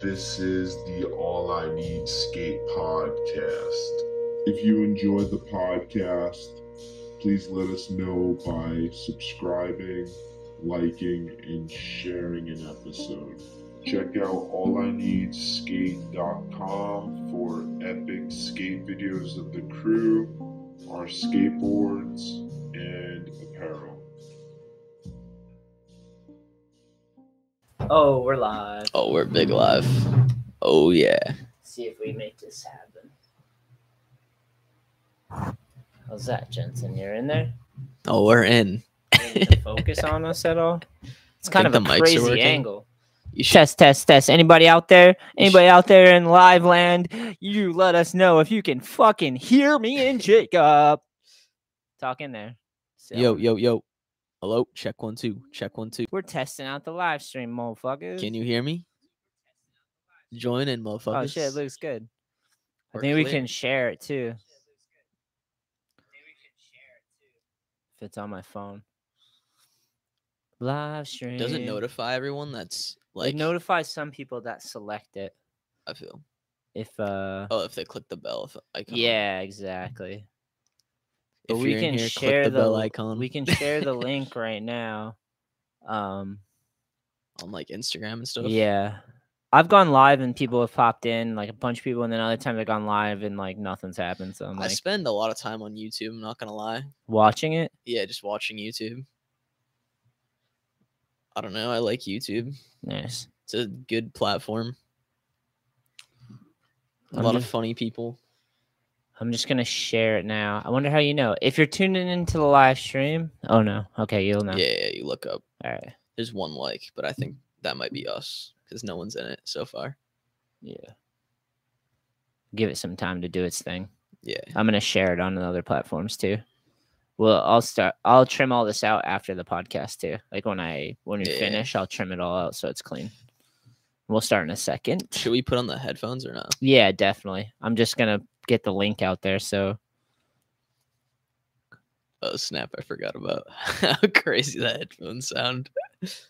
This is the All I Need Skate podcast. If you enjoy the podcast, please let us know by subscribing, liking, and sharing an episode. Check out allineedskate.com for epic skate videos of the crew, our skateboards, and apparel. Oh, we're live. Oh, we're big live. Oh yeah. See if we make this happen. How's that, Oh, Jensen? You're in there? Oh, we're in. You can focus on us at all? It's kind of Think a the mics are crazy working. angle. You should. Test, test, test. Anybody out there? Anybody out there in live land? You let us know if you can fucking hear me and Jacob. Talk in there. So, Yo, yo, yo. Hello. Check one two. Check one two. We're testing out the live stream, motherfuckers. Can you hear me? Join in, motherfuckers. Oh shit, it looks good. I We're think we clear. can share it too. If it's on my phone. Live stream. Does it notify everyone that's like? it notifies some people that select it. I feel. If uh Oh, if they click the bell if icon. yeah, exactly. If But we you're in can here, share click the, bell the- icon. We can share the link right now. Um on like Instagram and stuff. yeah. I've gone live and people have popped in, like a bunch of people, and then other times I've gone live and like nothing's happened. So I'm I like spend a lot of time on YouTube. I'm not gonna lie. watching it. Yeah, just watching YouTube. I don't know. I like YouTube. Nice. It's a good platform. A I'm lot of just- funny people. I'm just gonna share it now. I wonder how you know. If you're tuning into the live stream, oh no. Okay, you'll know. Yeah, yeah, you look up. All right. There's one like, but I think that might be us because no one's in it so far. Yeah. Give it some time to do its thing. Yeah. I'm gonna share it on other platforms too. Well, I'll start. I'll trim all this out after the podcast too. Like when I when we Yeah. finish, I'll trim it all out so it's clean. We'll start in a second. Should we put on the headphones or not? Yeah, definitely. I'm just gonna get the link out there. So Oh snap! I forgot about how crazy the headphones sound. Let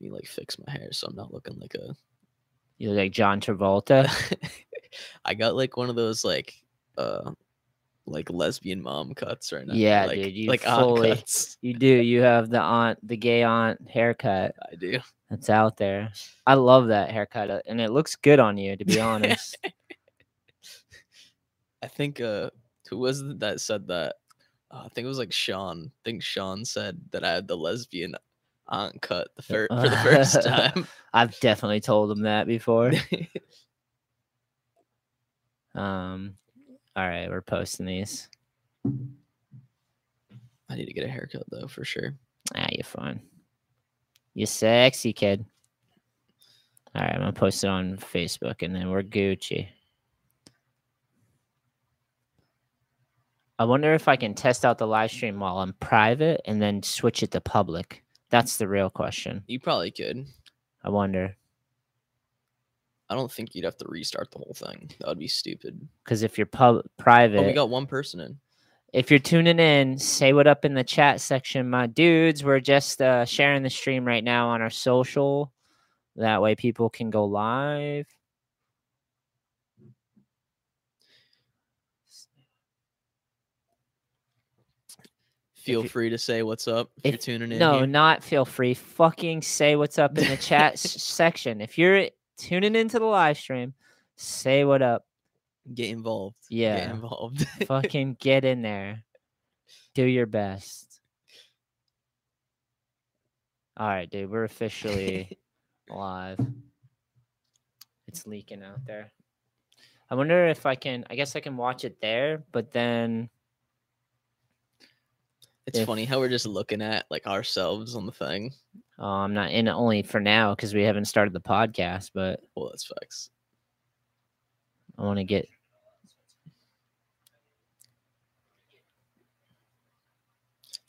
me like fix my hair so I'm not looking like a. you look like John Travolta. I got like one of those like uh like lesbian mom cuts right now. Yeah, like, dude, you like aunt fully- cuts. you do. You have the aunt, the gay aunt haircut. I do. that's out there. I love that haircut, uh, and it looks good on you, to be honest. I think uh who was it that said that? Oh, I think it was like Sean. I think Sean said that I had the lesbian aunt cut the fir- for the first time. I've definitely told him that before. Um, all right, we're posting these. I need to get a haircut though for sure. Ah, you're fine. You sexy kid. All right, I'm gonna post it on Facebook, and then we're Gucci. I wonder if I can test out the live stream while I'm private, and then switch it to public. That's the real question. You probably could. I wonder. I don't think you'd have to restart the whole thing. That would be stupid. Because if you're pub- private, Oh, we got one person in. if you're tuning in, say what up in the chat section, my dudes. We're just uh, sharing the stream right now on our social. That way, people can go live. Feel you- free to say what's up if, if- you're tuning in. No, here. not feel free. Fucking say what's up in the chat s- section. If you're tuning into the live stream, say what up. get involved. Yeah. Get involved. fucking get in there. Do your best. All right, dude, we're officially live. It's leaking out there. I wonder if I can. I guess I can watch it there, but then it's If- funny how we're just looking at like ourselves on the thing. oh, I'm not in it only for now because we haven't started the podcast. But Well, that's facts. I want to get.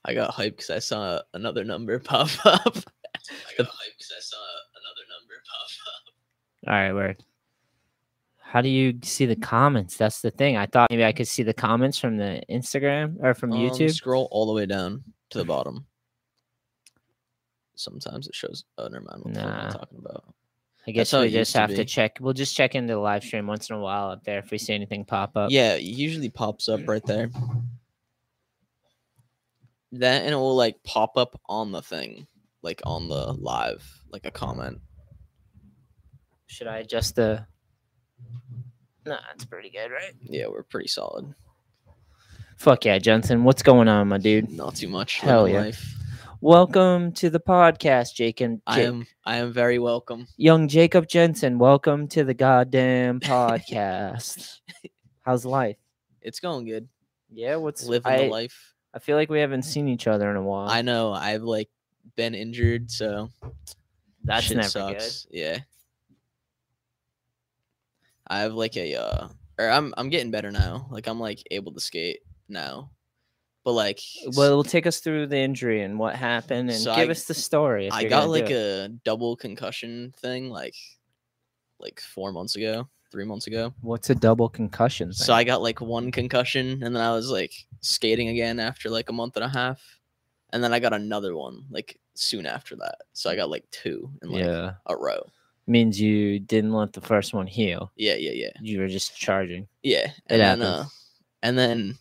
I got hyped because I saw another number pop up. I got hyped because I saw another number pop up. All right, word. How do you see the comments? That's the thing. I thought maybe I could see the comments from the Instagram or Um, from YouTube. Scroll all the way down to the bottom. Sometimes it shows. Oh, never mind. What the fuck am I Nah. talking about? I guess how we it used just to have to be. check. We'll just check into the live stream once in a while up there if we see anything pop up. Yeah, it usually pops up right there. That and it will like pop up on the thing, like on the live, like a comment. Should I adjust the? Nah, that's pretty good, right? Yeah, we're pretty solid. Fuck yeah, Johnson. What's going on, my dude? Not too much. Hell living yeah. Life. Welcome to the podcast, Jake and I Jake- am. I am very welcome. young Jacob Jensen. Welcome to the goddamn podcast. How's life? It's going good. Yeah, what's Living I, the life. I feel like we haven't seen each other in a while. I know. I've like been injured, so That's shit never sucks. Yeah. I have like a uh or I'm I'm getting better now. Like I'm like able to skate now. But like good. Uh, Well, take us through the injury and what happened, and So I- give us the story. if I you're got gonna like do it. a double concussion thing like like 4 months ago, 3 months ago. what's a double concussion? So I got like one concussion and then I was like skating again after like a month and a half. And then I got another one like soon after that. So I got like two in like yeah a row. means you didn't let the first one heal. Yeah, yeah, yeah. You were just charging. Yeah, and then, happens. uh, and then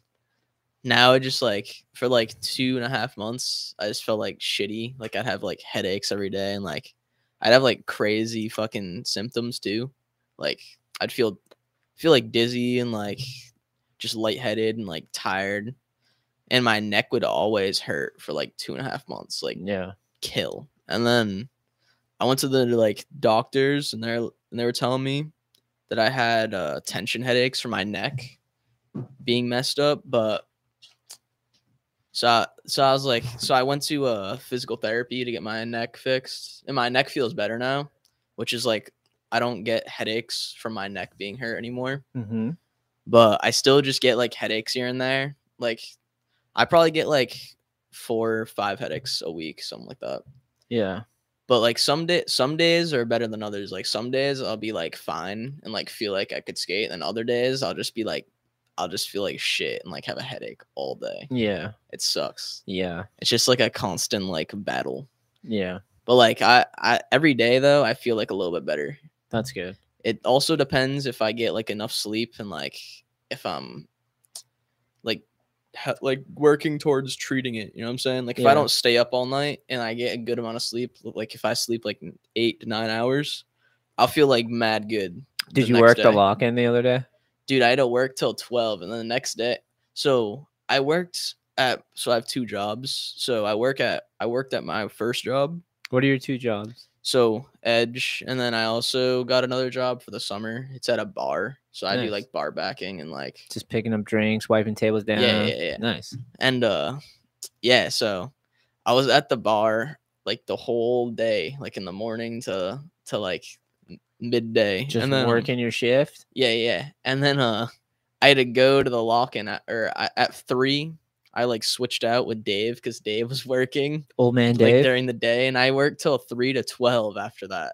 now I just like for like two and a half months, I just felt like shitty. Like I'd have like headaches every day, and like I'd have like crazy fucking symptoms too. Like I'd feel feel like dizzy and like just lightheaded and like tired, and my neck would always hurt for like two and a half months. Like Yeah. kill. And then I went to the like doctors and they're and they were telling me that I had uh, tension headaches from my neck being messed up, but so I, so I was like so I went to uh physical therapy to get my neck fixed and my neck feels better now, which is like I don't get headaches from my neck being hurt anymore Mm-hmm. but I still just get like headaches here and there. Like I probably get like four or five headaches a week, something like that. Yeah. But like some day some days are better than others. Like some days I'll be like fine and like feel like I could skate, and other days I'll just be like I'll just feel like shit and like have a headache all day. Yeah. It sucks. Yeah. It's just like a constant like battle. Yeah. But like I, I every day though, I feel like a little bit better. That's good. it also depends if I get like enough sleep and like if I'm like ha- like working towards treating it. You know what I'm saying? Like if Yeah. I don't stay up all night and I get a good amount of sleep, like if I sleep like n- eight to nine hours, I'll feel like mad good. Did the you next work the day. lock in the other day? Dude, I had to work till twelve, and then the next day. So I worked at so I have two jobs. So I work at I worked at my first job What are your two jobs? so edge and then i also got another job for the summer it's at a bar so i Nice. do like bar backing and like Just picking up drinks, wiping tables yeah down. yeah yeah Nice. and uh yeah so i was at the bar like the whole day like in the morning to to like m- midday Just and then, um, working your shift. yeah yeah and then uh i had to go to the lock-in at, or I, at three i like switched out with dave because dave was working Old man like Dave. during the day and i worked till three to 12 after that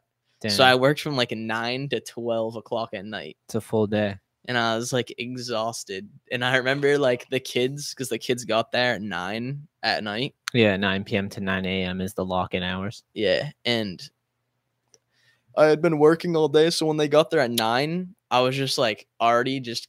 So I Damn, worked from like nine to twelve o'clock at night, it's a full day. and I was like exhausted. And I remember like the kids, because the kids got there at nine at night. Yeah, 9 p.m. to 9 a.m. is the lock in hours. Yeah, and I had been working all day, so when they got there at nine, I was just like already just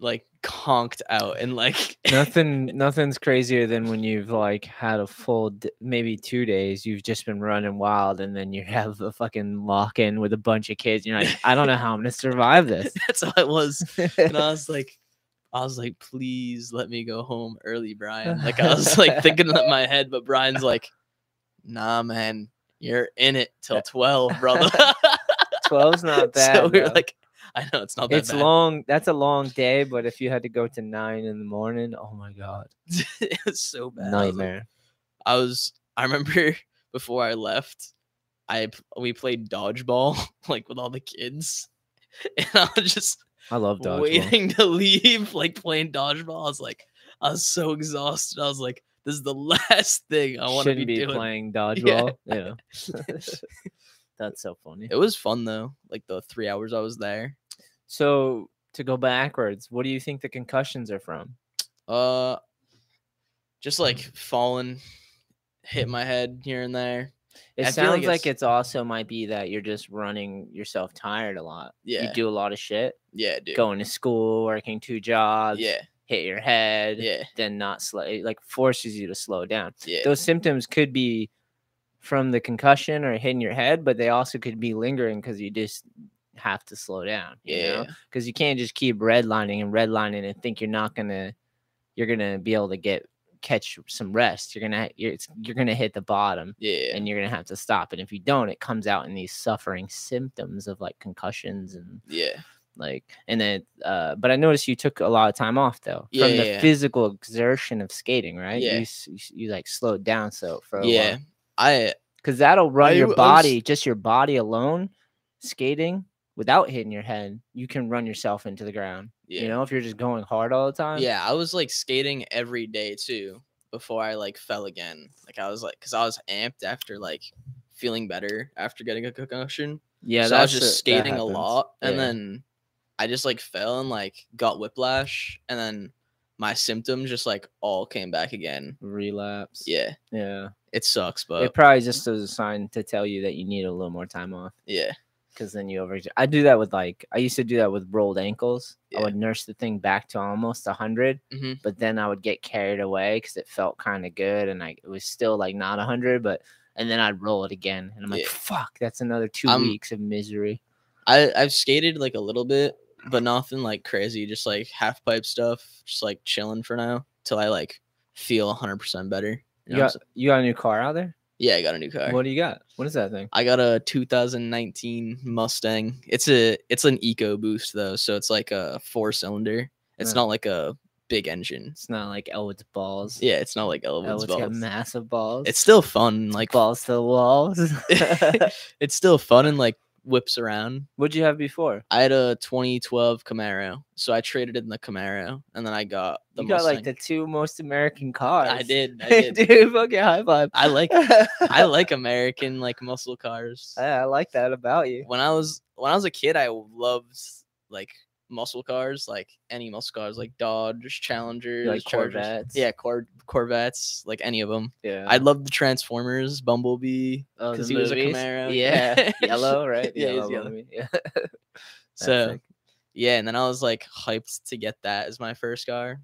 like conked out and like Nothing, nothing's crazier than when you've like had a full, d- maybe two days. You've just been running wild, and then you have a fucking lock in with a bunch of kids. And you're like, I don't know how I'm gonna survive this. that's all it was. and I was like, I was like, please let me go home early, Brian. Like I was like thinking in my head, but Brian's like, nah, man, you're in it till twelve, brother. 12's not bad. so we were though. like, I know it's not that it's bad. long. That's a long day, but if you had to go to nine in the morning, oh my god, it was so bad. I was like- nightmare. I was I remember before I left, I p- we played dodgeball like with all the kids. And I was just I love dodgeball. waiting to leave, like playing dodgeball. I was like, I was so exhausted. I was like, this is the last thing I want to Shouldn't be, be, doing. playing dodgeball. Yeah, that's so funny. It was fun though, like the three hours I was there. So to go backwards, what do you think the concussions are from? Uh, just like falling, hit my head here and there, It I feel sounds like like, it's- it's also might be that you're just running yourself tired a lot. Yeah. You do a lot of shit, Yeah, dude. going to school, working two jobs, Yeah, hit your head, yeah, then not slow. It like forces you to slow down. yeah. Those symptoms could be from the concussion or hitting your head, but they also could be lingering because you just have to slow down. You yeah. because you can't just keep redlining and redlining and think you're not gonna you're gonna be able to get catch some rest. You're gonna you're it's, you're gonna hit the bottom Yeah. and you're gonna have to stop. And if you don't, it comes out in these suffering symptoms of like concussions and yeah. like and then uh but I noticed you took a lot of time off though Yeah, from the yeah, yeah. physical exertion of skating, right? Yeah. You, s- you s- you like slowed down so for a Yeah. I because that'll run I your was- body, just your body alone, skating without hitting your head, you can run yourself into the ground. yeah. You know, if you're just going hard all the time. yeah, I was like skating every day too before I like fell again. Like I was like cuz I was amped after like feeling better after getting a concussion. Yeah. so I was that's just a- that skating a happens. lot and Yeah. then I just like fell and like got whiplash and then my symptoms just like all came back again. Relapse. Yeah. Yeah. It sucks, but it probably just was a sign to tell you that you need a little more time off yeah. because then you over. I do that with like, I used to do that with rolled ankles. Yeah. I would nurse the thing back to almost 100, Mhm. but then I would get carried away because it felt kind of good and I, it was still like not 100, but. And then I'd roll it again, and I'm like, Yeah. "Fuck, that's another 2 I'm- weeks of misery." I I've skated like a little bit, but nothing like crazy. Just like half pipe stuff. Just like chilling for now till I like feel hundred percent better. You You, know what I'm got, saying? you got a new car out there? yeah, I got a new car. What do you got? What is that thing? I got a 2019 Mustang. It's a it's an Eco Boost though, so it's like a four cylinder. It's Yeah. not like a big engine. It's not like Elwood's balls. Yeah, oh, it's not like Elwood's Elwood's Oh, got balls. massive balls. It's still fun. Like balls to the walls. it's still fun and like whips around. What'd you have before? I had a 2012 Camaro, so I traded in the Camaro, and then I got the you got Mustang. like the two most American cars. I did, I did. Dude, fucking high five. I like I I, like American like muscle cars. I like that about you. When I was when I was a kid, I loved like muscle cars, like any muscle cars, like Dodge, Challengers, Chargers. Corvettes? Yeah, Cor- Corvettes, like any of them. Yeah. I loved the Transformers, Bumblebee. Oh, 'cause the he was a movies? Camaro. Yeah. yellow, right? Yeah, he's yellow. movie. Yeah. That's So sick. yeah, and then I was like hyped to get that as my first car.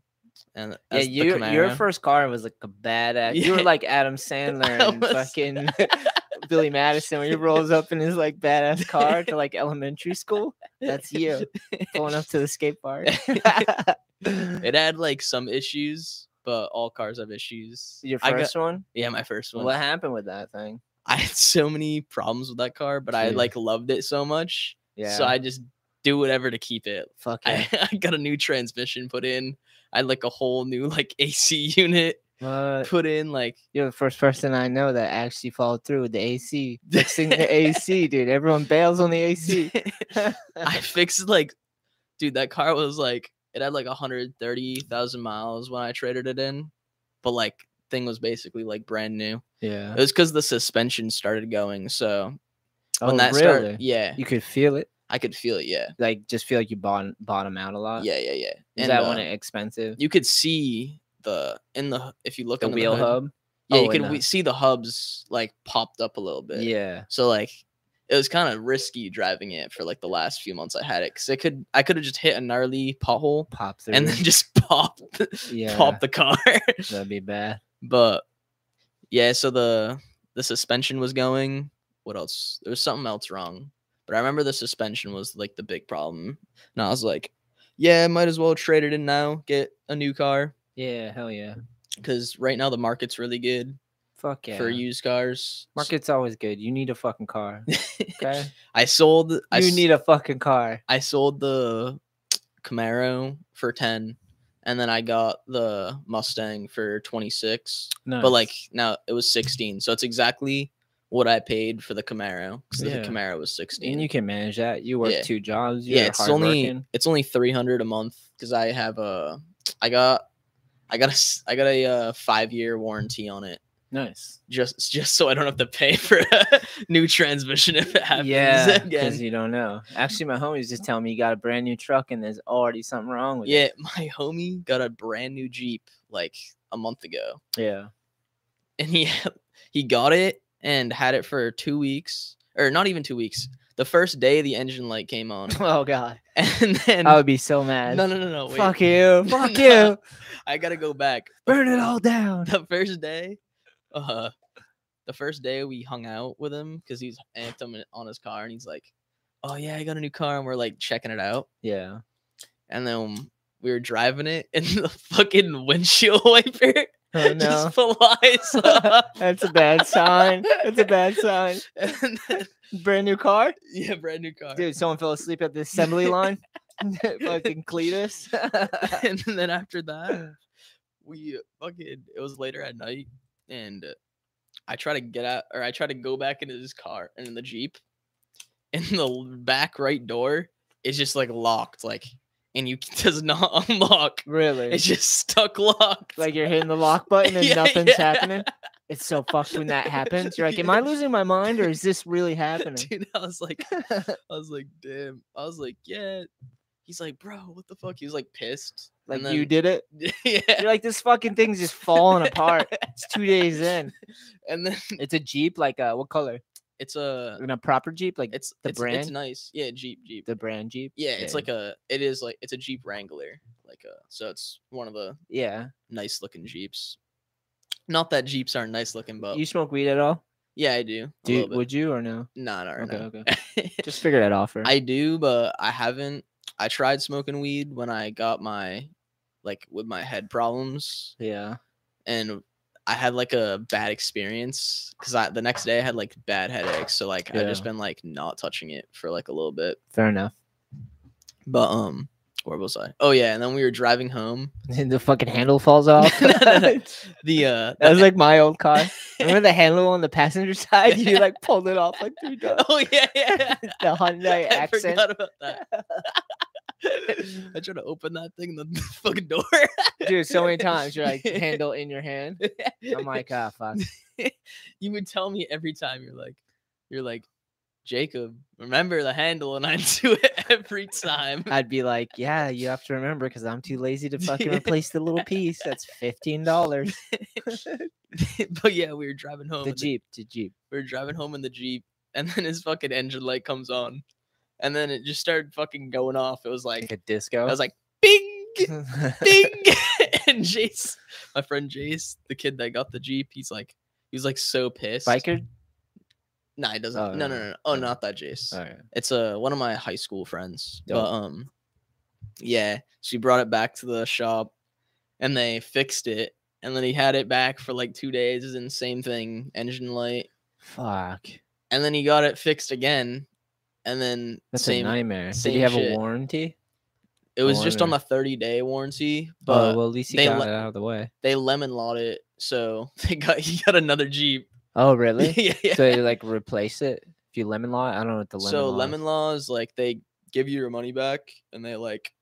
And Yeah, as the you, your Camaro. first car was like a badass. You were Yeah. like Adam Sandler I and was- fucking Billy Madison when he rolls up in his like badass car to like elementary school. That's you going up to the skate park. it had like some issues, but all cars have issues. Your I got- first one? yeah, my first one. What happened with that thing? I had so many problems with that car, but I Dude. like loved it so much. Yeah. So I just do whatever to keep it. fuck I, it. I got a new transmission put in. I had like a whole new like AC unit But put in. Like you're the first person I know that actually followed through with the AC. Fixing the AC, dude. Everyone bails on the AC. I fixed like, dude, that car was like it had like 130,000 miles when I traded it in, but like thing was basically like brand new. yeah. It was because the suspension started going. So when oh, that really? started, yeah, you could feel it. I could feel it. Yeah, Like just feel like you bottom bottom out a lot. yeah, yeah, yeah. Uh, Is that uh, one expensive? you could see the in the if you look the under wheel hood, hub. Yeah, Oh, in you could the- we- see the hubs like popped up a little bit. Yeah. So like it was kind of risky driving it for like the last few months I had it because it could I could have just hit a gnarly pothole Pop through. and then just pop yeah. pop the car. That'd be bad. but yeah, so the the suspension was going. What else? There was something else wrong. But I remember the suspension was like the big problem. And I was like, yeah, might as well trade it in now, get a new car. Yeah. Hell yeah. because right now the market's really good Fuck yeah. for used cars. S- Market's always good. You need a fucking car. Okay. you I sold. I s- need a fucking car. I sold the Camaro for ten, and then I got the Mustang for twenty six. No. But like now it was sixteen, so it's exactly what I paid for the Camaro because Yeah. the Camaro was and sixteen. you can manage that. You work Yeah. two jobs. You're yeah, it's only hardworking. it's only three hundred a month because I have a I got I got a s- I got a uh, five year warranty on it. nice. just just so I don't have to pay for a new transmission if it happens Yeah, because again. you don't know. Actually, my homie's just telling me you got a brand new truck and there's already something wrong with Yeah, it. my homie got a brand new Jeep like a month ago, Yeah. and he had- he got it and had it for two weeks or not even two weeks. The first day the engine light came on, Oh god, and then I would be so mad. no, no, no, no, wait. Fuck you. No, Fuck no. you. I gotta go back. Burn it all down. The first day, uh, the first day we hung out with him because he's amped him on his car, and he's like, "Oh yeah, I got a new car," and we're like checking it out, Yeah. and then we were driving it, and the fucking windshield wiper Oh no. just flies up. That's a bad sign. That's a bad sign. And then- Brand new car? yeah, brand new car. Dude, someone fell asleep at the assembly line. Fucking Cletus. and then after that, we uh, fucking it was later at night, and uh, I try to get out or I try to go back into his car and in the jeep, and the l- back right door is just like locked, like and you c- does not unlock. really? It's just stuck locked. Like you're hitting the lock button and Yeah, nothing's yeah. happening. It's so fucked when that happens. You're like, am I Yes. losing my mind or is this really happening? Dude, I was like, I was like, damn. I was like, yeah. He's like, bro, what the fuck? He was like pissed. Like and you did it. then- yeah. You're like, this fucking thing's just falling apart. It's two days in. And then It's a Jeep, like uh what color? it's a Uh, In a proper Jeep, like It's The it's, brand? It's nice. Yeah, Jeep, Jeep. the brand Jeep. yeah, it's like a. It is like it's a Jeep Wrangler. Like a. So it's one of the yeah. nice looking Jeeps. Not that Jeeps aren't nice looking, but You smoke weed at all? yeah, I do. Do Oh. a you, little bit. would you or no? Nah, not right Okay, now. Just figure that out first. I do, but I haven't. I tried smoking weed when I got my, like, with my head problems, yeah. and I had like a bad experience because I the next day I had like bad headaches. So like I've just Yeah. been like not touching it for like a little bit. Fair enough. But um, where was I? Oh yeah, and then we were driving home. And the fucking handle falls off. No, no, no. that The uh, was like my old car. Remember the handle on the passenger side? You like pulled it off like three times. oh yeah, yeah. The Hyundai I accent. forgot about that. I tried to open that thing, the fucking door. Dude, so many times you're like handle in your hand. I'm like, ah, fuck. you would tell me every time. You're like, you're like, Jacob, remember the handle, and I do it every time. I'd be like, yeah, you have to remember because I'm too lazy to fucking replace the little piece. That's fifteen dollars. but yeah, we were driving home. The and Jeep, the Jeep. we were driving home in the jeep, and then his fucking engine light comes on, and then it just started fucking going off. It was Like like, a disco. I was like, bing. ding and jace my friend jace the kid that got the jeep he's like he was like so pissed biker. nah he doesn't Oh, no, no no, no no oh no. not that jace All right. it's uh one of my high school friends Dope. but um yeah she brought it back to the shop and they fixed it and then he had it back for like two days and same thing engine light Fuck. and then he got it fixed again and then That's same a nightmare. Did same you have a shit. warranty? Oh, it was just on nightmare. the 30 day warranty but Oh well, at least you they got let- it out of the way. they lemon lawed it, so they got he got another Jeep. Oh really? yeah, yeah. So you like replace it if you lemon law. I don't know what the lemon. so law is. lemon law is like they give you your money back, and they like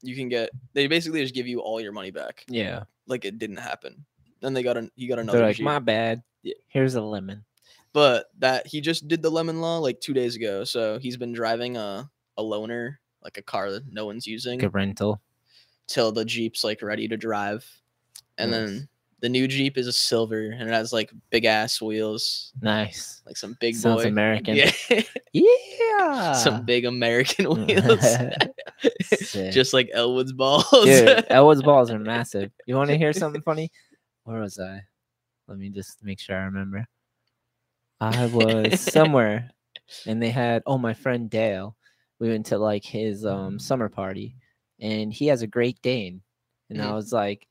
you can get they basically just give you all your money back, Yeah, like it didn't happen. Then they got an he got another they're like Jeep, my bad. Yeah. Here's a lemon. but that he just did the lemon law like two days ago. So he's been driving a a loaner like a car that no one's using Like a rental. till the Jeep's like ready to drive, and Nice. then. The new Jeep is a silver and it has like big ass wheels, Nice. like some big Sounds boy. American. Yeah. Yeah. some big American wheels, Sick. just like Elwood's balls. Dude, Elwood's balls are massive. You want to hear something funny? Where was I? Let me just make sure I remember. I was somewhere, and they had oh my friend Dale. We went to like his um summer party, and he has a Great Dane, and I Mhm. was like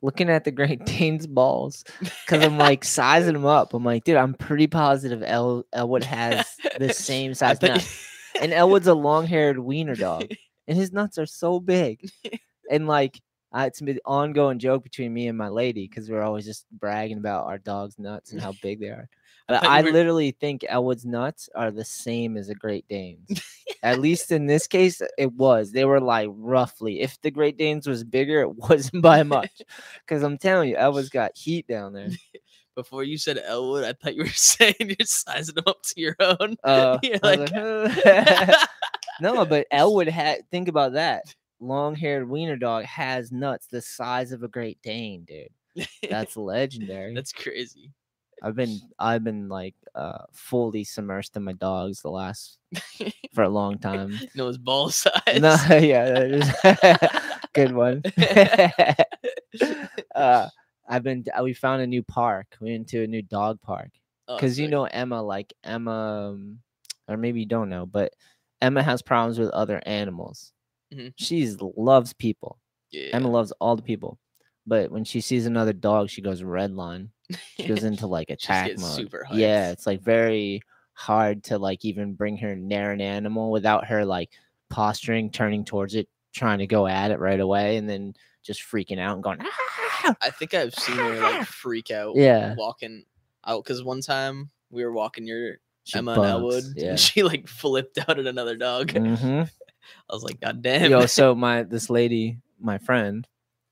looking at the Great Dane's balls because I'm like sizing them up. I'm like, dude, I'm pretty positive El Elwood has the same I size. thought nut and Elwood's a long-haired wiener dog, and his nuts are so big, and like uh, it's an ongoing joke between me and my lady because we're always just bragging about our dog's nuts and how big they are. But thought you I were- literally think Elwood's nuts are the same as a Great Dane's. At least in this case, it was. They were like roughly. If the Great Danes was bigger, it wasn't by much. Because I'm telling you, Elwood's got heat down there. before you said Elwood, I thought you were saying you're sizing them up to your own. Uh, You're I like, was like, No, but Elwood had think about that. Long-haired wiener dog has nuts the size of a Great Dane, dude. That's legendary. that's crazy. I've been I've been like uh fully submersed in my dogs the last for a long time. No, it's ball size. no, yeah, that is good one. uh, I've been uh, we found a new park. We went to a new dog park Oh, because you sick. know Emma, like Emma, um, or maybe you don't know, but Emma has problems with other animals. Mhm. She's loves people. Yeah. Emma loves all the people, but when she sees another dog, she goes red line. She goes into like attack gets mode. super yeah, hyped. it's like very hard to like even bring her near an animal without her like posturing, turning towards it, trying to go at it right away, and then just freaking out and going. "Ah!" I think I've seen her like freak out. Yeah. Walking out because one time we were walking your She Emma and bugs, Elwood, Yeah. and she like flipped out at another dog. Mhm. I was like, God damn. Yo, so my this lady, my friend,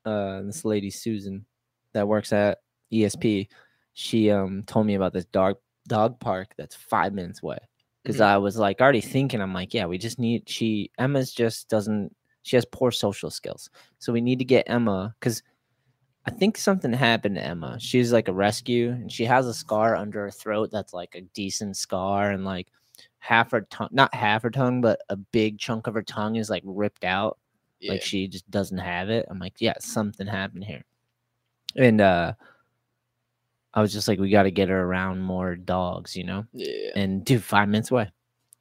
uh, this lady Susan, that works at ESP, she um told me about this dog dog park that's five minutes away. Because Mhm. I was like already thinking, I'm like, yeah, we just need she Emma's just doesn't she has poor social skills, so we need to get Emma because. I think something happened to Emma. She's like a rescue and she has a scar under her throat that's like a decent scar and like half her tongue not half her tongue but a big chunk of her tongue is like ripped out yeah. like she just doesn't have it i'm like yeah something happened here and uh i was just like we got to get her around more dogs you know yeah. and dude five minutes away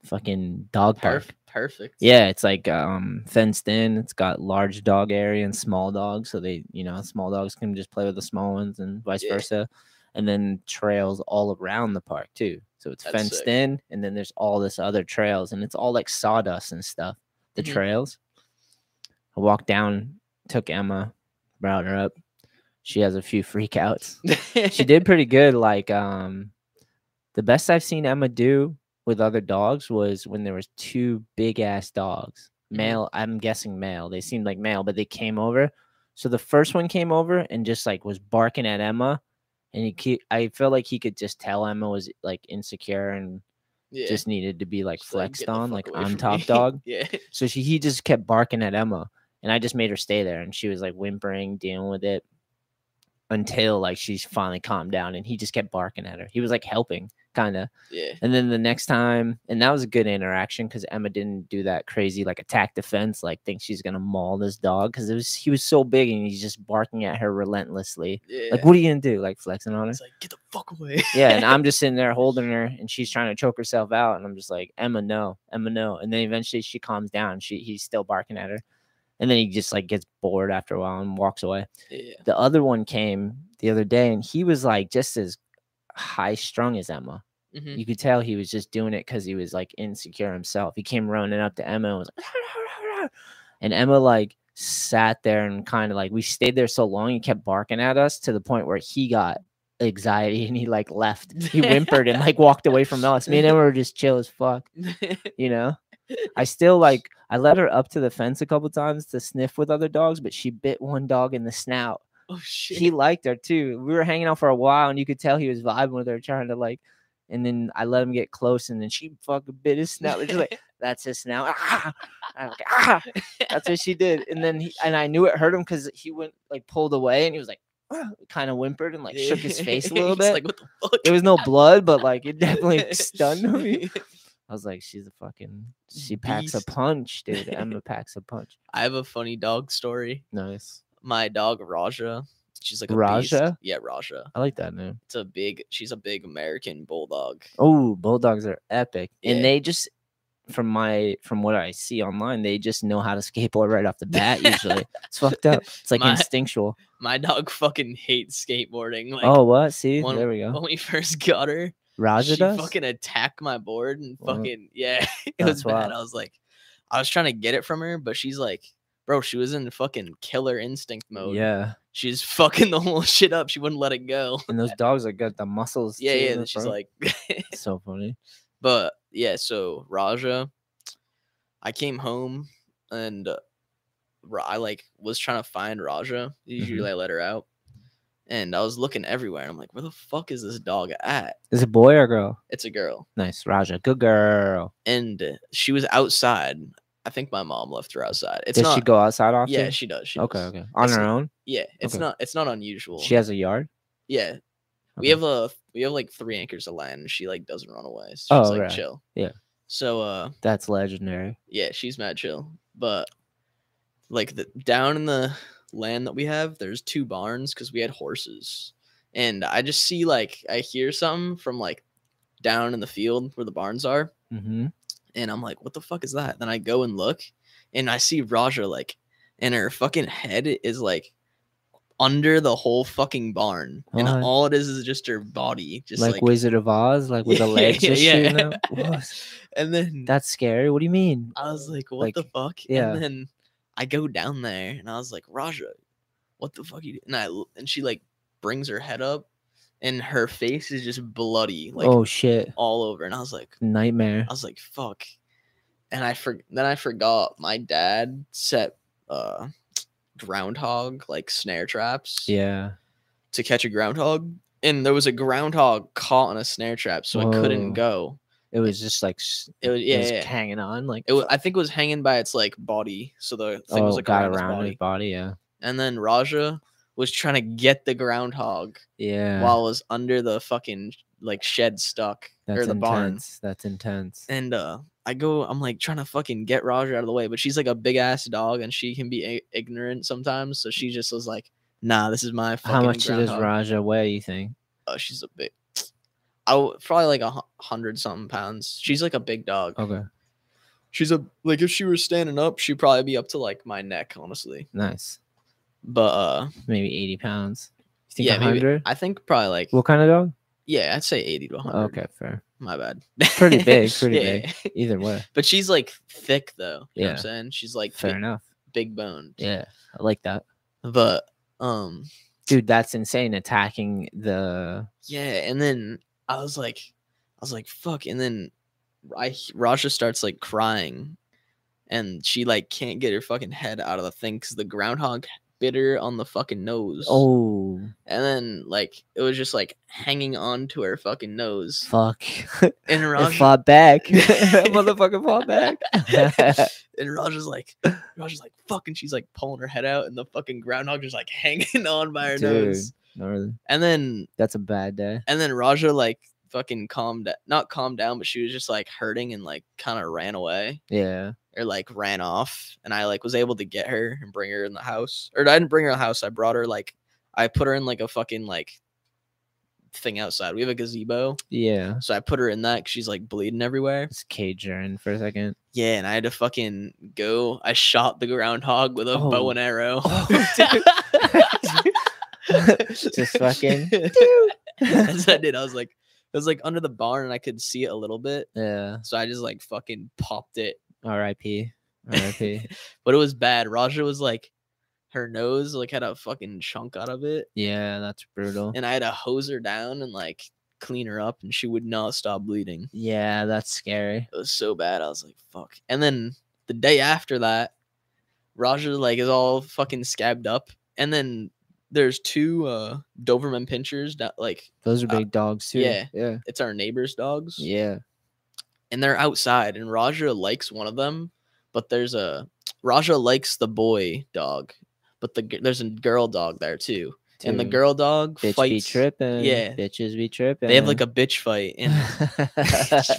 fucking dog park Perf- perfect. yeah it's like um fenced in it's got large dog area and small dogs so they you know small dogs can just play with the small ones and vice Yeah. versa and then trails all around the park too so it's That's fenced sick. in and then there's all this other trails and it's all like sawdust and stuff the Mhm. trails i walked down took emma brought her up she has a few freakouts she did pretty good. Like um the best I've seen Emma do with other dogs was when there was two big ass dogs. Mhm. Male, I'm guessing male. They seemed like male, but they came over. So the first one came over and just like was barking at Emma. And he, ke- I felt like he could just tell Emma was like insecure and Yeah. just needed to be like She's flexed "Get the on, fuck like away I'm from top me." dog. yeah. So she, he just kept barking at Emma, and I just made her stay there, and she was like whimpering, dealing with it, until like she's finally calmed down, and he just kept barking at her. He was like helping, kind of. Yeah. And then the next time, and that was a good interaction because Emma didn't do that crazy like attack defense, like think she's gonna maul this dog because it was he was so big and he's just barking at her relentlessly. Yeah. Like, what are you gonna do? Like flexing on her? It's like, get the fuck away. yeah, and I'm just sitting there holding her, and she's trying to choke herself out, and I'm just like, Emma, no, Emma, no. And then eventually she calms down. She he's still barking at her, and then he just like gets bored after a while and walks away. yeah. The other one came the other day, and he was like just as high strung as Emma. hmm You could tell he was just doing it because he was like insecure himself. He came running up to Emma and was like, and Emma like sat there and kind of like we stayed there so long he kept barking at us to the point where he got anxiety and he like left. He whimpered and like walked away from us. Me and Emma were just chill as fuck, you know. I still like I let her up to the fence a couple times to sniff with other dogs, but she bit one dog in the snout. oh shit. He liked her too. We were hanging out for a while and you could tell he was vibing with her, trying to like and then I let him get close and then she fucking bit his snout. We're just like that's his snout. Ah! I'm like, ah! That's what she did. And then he, and I knew it hurt him because he went like pulled away and he was like kind of whimpered and like shook his face a little He's bit. Like, what the fuck? there was no blood, but like it definitely stunned me. I was like, she's a fucking she packs a Beast. punch, dude. Emma packs a punch. I have a funny dog story. Nice. My dog Raja. She's like a Raja? Beast. Yeah, Raja. I like that name. It's a big. She's a big American bulldog. Oh, bulldogs are epic. Yeah. And they just from my from what I see online, they just know how to skateboard right off the bat usually. it's fucked up. It's like My- instinctual. My dog fucking hates skateboarding. Like, oh what? See? one- there we go. When we first got her, Raja she does? fucking attacked my board and Wow. fucking yeah, it That's was bad. wild. I was like, I was trying to get it from her, but she's like, bro, she was in fucking killer instinct mode. Yeah. she's fucking the whole shit up. She wouldn't let it go. And those dogs are got the muscles. Yeah, too, yeah. they're and She's firm. like, so funny. but yeah. So Raja, I came home and uh, Ra- I like was trying to find Raja. Mm-hmm. Usually I let her out, and I was looking everywhere. And I'm like, where the fuck is this dog at? Is it boy or girl? It's a girl. Nice, Raja. Good girl. and uh, she was outside. I think my mom left her outside. It's does not. she go outside often? yeah, she does. She okay, does. okay. On It's her not- own? Yeah, it's Okay. not. It's not unusual. She has a yard? yeah, We Okay. have a we have like three anchors of land, and she like doesn't run away. So she's Oh, like right. chill. Yeah. So uh That's legendary. yeah, she's mad chill. But like the down in the land that we have, there's two barns because we had horses. And I just see like I hear something from like down in the field where the barns are. Mm-hmm. And I'm like, what the fuck is that? Then I go and look and I see Raja like and her fucking head is like under the whole fucking barn. And What? all it is is just her body. Just Like, like, Wizard of Oz, like with the Yeah, legs yeah, just yeah. shooting out. What? and then That's scary. What do you mean? I was like, what the Like, fuck? yeah. And then I go down there and I was like, Raja, what the fuck you do? And I l- and she like brings her head up and her face is just bloody, like oh shit. all over. And I was like, Nightmare. I was like, fuck. And I for then I forgot my dad set uh groundhog like snare traps Yeah. to catch a groundhog. And there was a groundhog caught on a snare trap, so I couldn't Whoa. go. It was just like s- It was yeah, just yeah. hanging on. Like It was, I think it was hanging by its like body, so the thing oh, was like got around, around his his body. body. Yeah. And then Raja was trying to get the groundhog Yeah. while it was under the fucking like shed stuck That's or the barn. intense. That's intense. And uh, I go, I'm like trying to fucking get Raja out of the way, but she's like a big ass dog, and she can be i- ignorant sometimes. So she just was like, "Nah, this is my fucking." How much does groundhog." Raja weigh? You think? Oh, she's a big. I w- probably like a hu- hundred something pounds. She's like a big dog. Okay. She's a like if she were standing up, she'd probably be up to like my neck, honestly. Nice. But uh, Maybe eighty pounds. You think yeah, maybe- hundred? I think probably like What kind of dog? yeah, I'd say eighty to one hundred. Okay, fair. my bad. Pretty big, pretty big. Either way, But she's like thick though. You know what Yeah. I'm saying? She's like fair big, enough. big boned. Yeah, I like that, But um dude. That's insane. Attacking the yeah, and then I was like I was like fuck and then I Raja starts like crying and she like can't get her fucking head out of the thing cuz the groundhog bit her on the fucking nose. oh And then like it was just like hanging on to her fucking nose. fuck, And it Raja fought back. That motherfucker fought back. and Raja's like, Raja's like, fuck, and she's like pulling her head out, and the fucking groundhog just like hanging on by her Dude, nose. gnarly. And then, that's a bad day. and then Raja like fucking calmed, d- not calmed down, but she was just like hurting and like kind of ran away Yeah. or like ran off. And I like was able to get her and bring her in the house, or I didn't bring her in the house. I brought her like, I put her in like a fucking like thing outside. We have a gazebo, Yeah. so I put her in that. 'cause she's like bleeding everywhere. Let's cage her in for a second. Yeah, and I had to fucking go. I shot the groundhog with a bow Oh. and arrow. Oh, dude. Just fucking- That's what I did. I was like, it was like under the barn, and I could see it a little bit. yeah. So I just like fucking popped it, R.I.P. R.I.P. but it was bad. Raja was like, her nose like had a fucking chunk out of it, yeah, that's brutal. and I had to hose her down and like clean her up, and she would not stop bleeding. Yeah, that's scary. It was so bad. I was like, fuck. And then the day after that, Raja like is all fucking scabbed up. And then there's two uh Doberman pinchers that like Those are Uh, big dogs too. yeah. Yeah. it's our neighbor's dogs. Yeah. And they're outside and Raja likes one of them, but there's a Raja likes the boy dog, but the g- there's a girl dog there too. And the dude. girl dog bitch be fights tripping. Yeah. Bitches be tripping. They have like a bitch fight and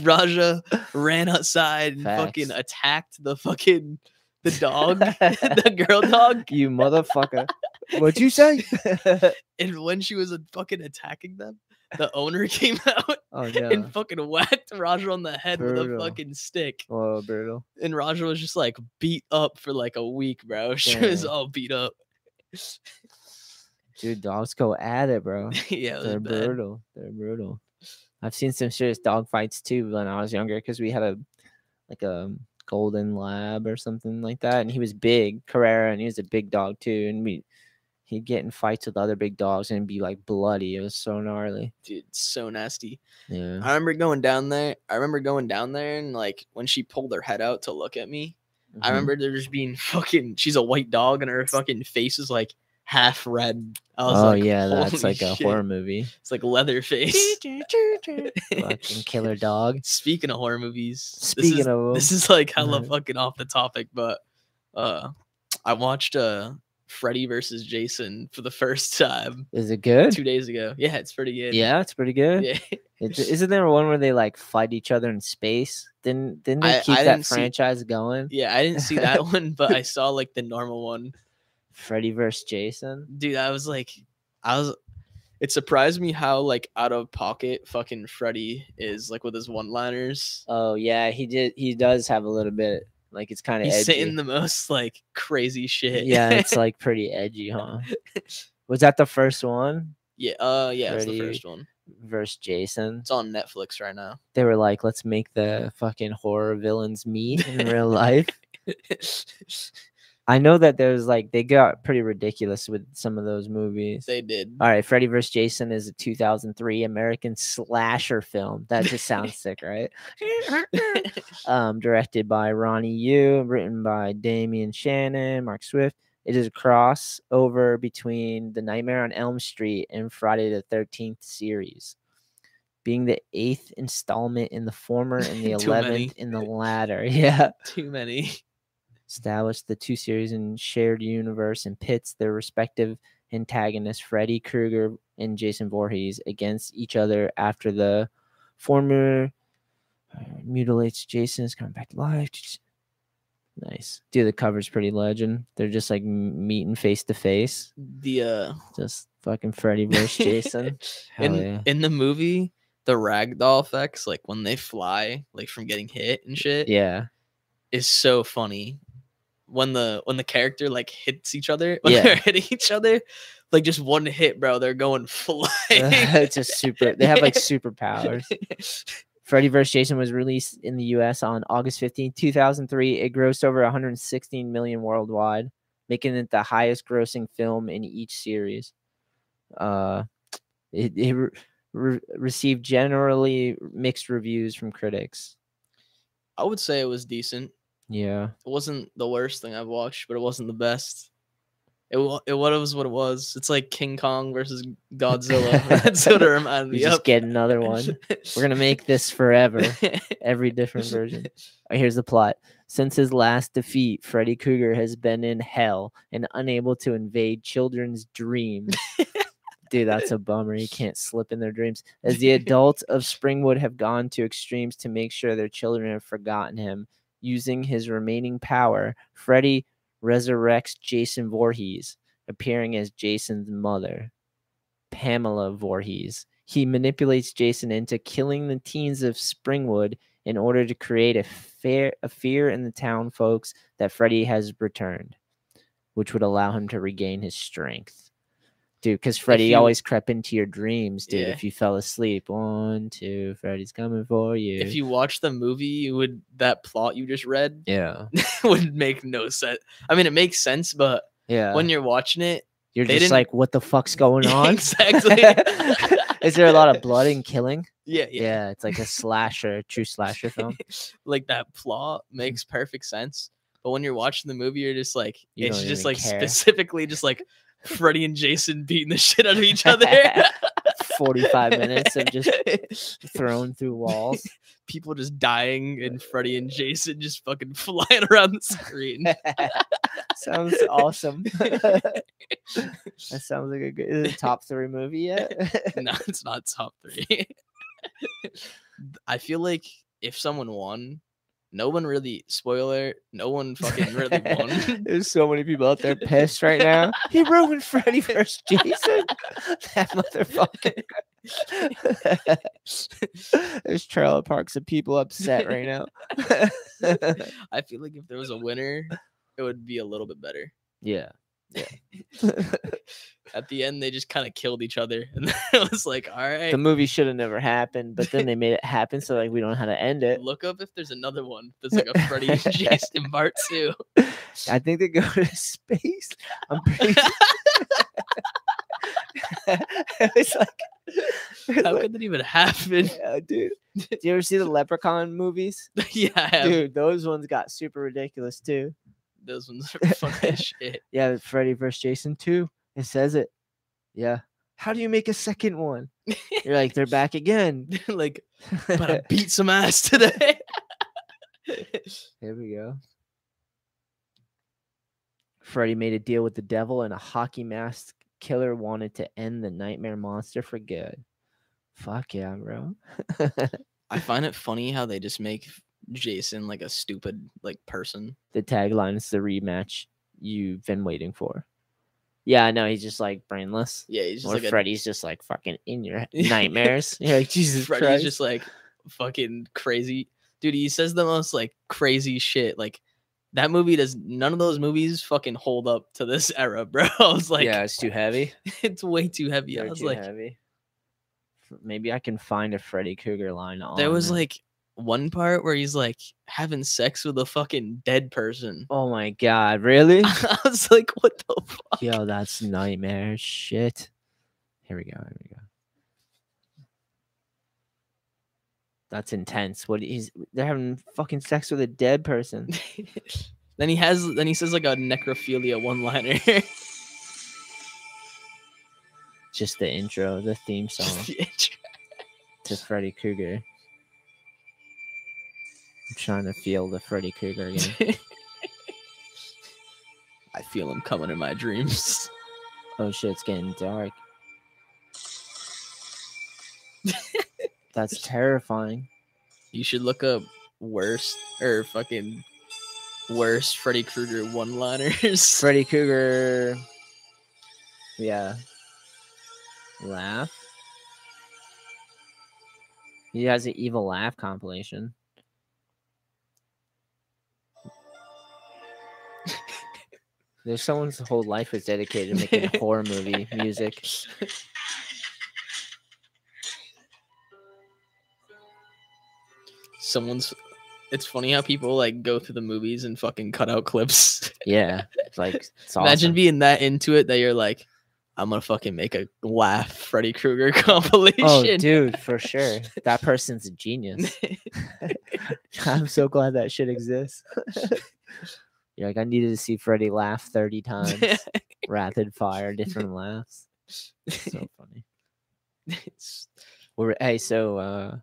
Raja ran outside and fucking Facts. attacked the fucking the dog, the girl dog. You motherfucker. What'd you say? And when she was uh, fucking attacking them, the owner came out oh no. and fucking whacked Raja on the head with a Brutal. fucking stick. Oh brutal. And Raja was just like beat up for like a week, bro. She was Damn. all beat up. Dude, dogs go at it, bro. yeah, it was They're bad. brutal. They're brutal. I've seen some serious dog fights too when I was younger because we had a like a golden lab or something like that, and he was big, Carrera, and he was a big dog too, and we he'd get in fights with other big dogs and it'd be like bloody. It was so gnarly. Dude, so nasty. Yeah. I remember going down there. I remember going down there and like when she pulled her head out to look at me, I Mhm. remember there just being fucking. She's a white dog, and her fucking face is like half red. I was oh like, yeah, that's "Holy like a shit." horror movie. It's like leather face. Fucking killer dog. Speaking of horror movies, Speaking this is, of 'em. this is like hella fucking off the topic, but uh, I watched uh Freddy versus Jason for the first time Is it good? two days ago. Yeah, it's pretty good. Yeah, it's pretty good. Yeah. It's, isn't there one where they like fight each other in space? Didn't didn't they I- keep I that didn't see- franchise going? Yeah, I didn't see that one, but I saw like the normal one. Freddy versus Jason. Dude, I was like, I was. It surprised me how like out of pocket fucking Freddy is like with his one liners. Oh yeah, he did. He does have a little bit. Like it's kind of He's edgy. saying the most like crazy shit. yeah, it's like pretty edgy, huh? Was that the first one yeah. Uh, yeah, it's the Freddy- first one. versus Jason? It's on Netflix right now. They were like, let's make the fucking horror villains meet in real life. I know that there's like they got pretty ridiculous with some of those movies. they did. All right, Freddy vs. Jason is a 2003 American slasher film. That just sounds sick, right? Um, directed by Ronnie Yu, written by Damian Shannon, Mark Swift. It is a crossover between the Nightmare on Elm Street and Friday the 13th series, being the eighth installment in the former and the Too many. 11th in the latter. Yeah Too many. established the two series in shared universe and pits their respective antagonists Freddy Krueger and Jason Voorhees against each other after the former uh, mutilates Jason is coming back to life. Nice. Dude, the cover's pretty legend. They're just like m- meeting face to face. The uh Just fucking Freddy versus Jason. Hell in yeah. in the movie, the ragdoll effects, like when they fly, like from getting hit and shit, Yeah. is so funny. When the when the character like hits each other, when Yeah. they're hitting each other, like just one hit, bro, they're going flying. it's just super. They have like superpowers. Freddy vs. Jason was released in the US on August 15, 2003. It grossed over 116 million worldwide, making it the highest grossing film in each series. Uh, it it re- re- received generally mixed reviews from critics. I would say it was decent. Yeah. It wasn't the worst thing I've watched, but it wasn't the best. It, wa- it was what it was. It's like King Kong versus Godzilla. That's what it reminded We me just of. get another one. We're going to make this forever. every different version. All right, Uh, Here's the plot. Since his last defeat, Freddy Krueger has been in hell and unable to invade children's dreams. Dude, that's a bummer. He can't slip in their dreams. As the adults of Springwood have gone to extremes to make sure their children have forgotten him, using his remaining power, Freddy resurrects Jason Voorhees, appearing as Jason's mother. Pamela Voorhees. He manipulates Jason into killing the teens of Springwood in order to create a fear, a fear in the town folks that Freddy has returned, which would allow him to regain his strength. Dude, because Freddy you- always crept into your dreams, dude. Yeah. If you fell asleep, one, two, Freddy's coming for you. if you watch the movie, you would that plot you just read yeah, would make no sense. I mean, it makes sense, but yeah. when you're watching it, You're they just didn't- like, what the fuck's going on? exactly. Is there a lot of blood and killing? Yeah, Yeah, yeah. it's like a slasher, true slasher film. like that plot makes perfect sense, but when you're watching the movie, you're just like, You it's don't just even like care. specifically just like Freddy and Jason beating the shit out of each other. 45 minutes of just thrown through walls. people just dying and Freddy and Jason just fucking flying around the screen. sounds awesome. that sounds like a good is it a top three movie yet. no, it's not top three. I feel like if someone won, no one really spoiler, no one fucking really won. There's so many people out there pissed right now. He ruined Freddy vs. Jason. that motherfucker. There's trailer parks of people upset right now. I feel like if there was a winner, it would be a little bit better. yeah. At the end, they just kind of killed each other, and it was like, all right, The movie should have never happened, but then they made it happen, so like we don't know how to end it. look up if there's another one. There's like a Freddy and Jason part two. I think they go to space. I'm pretty. it's like, it's How like, could that even happen? yeah, dude. Do you ever see the Leprechaun movies? yeah, I have- Dude, those ones got super ridiculous too. those ones are funny as shit. Yeah, Freddy vs. Jason too. It says it. Yeah. How do you make a second one? You're like they're back again. like, but I beat some ass today. Here we go. Freddy made a deal with the devil, and a hockey mask killer wanted to end the nightmare monster for good. Fuck yeah, bro. I find it funny how they just make Jason like a stupid like person. the tagline is the rematch you've been waiting for. Yeah, I know. He's just like brainless. Yeah, he's just or like a- Freddy's just like fucking in your nightmares. You're like, Jesus Freddy's Christ. just like fucking crazy. Dude, he says the most like crazy shit. Like that movie does none of those movies fucking hold up to this era, bro. I was like, yeah, it's too heavy. it's way too heavy. I They're was too like, heavy. F- Maybe I can find a Freddy Krueger line on. there was it. like one part where he's like having sex with a fucking dead person. oh my god, really? I was like, what the fuck? Yo, that's nightmare shit. Here we go. Here we go. That's intense. What is they're having fucking sex with a dead person? then he has then he says like a necrophilia one liner. Just the intro, the theme song to Freddy Krueger. I'm trying to feel the Freddy Krueger again. I feel him coming in my dreams. Oh shit, it's getting dark. That's terrifying. You should look up worst or fucking worst Freddy Krueger one liners. Freddy Krueger. Yeah. Laugh. He has an evil laugh compilation. There's someone's whole life is dedicated to making horror movie music. Someone's. It's funny how people like go through the movies and fucking cut out clips. Yeah, it's like it's Imagine awesome. being that into it that you're like, I'm gonna fucking make a laugh Freddy Krueger compilation. Oh, dude, for sure. That person's a genius. I'm so glad that shit exists. You're like, I needed to see Freddy laugh 30 times, rapid fire, different laughs. So funny. It's- Well, hey, so uh,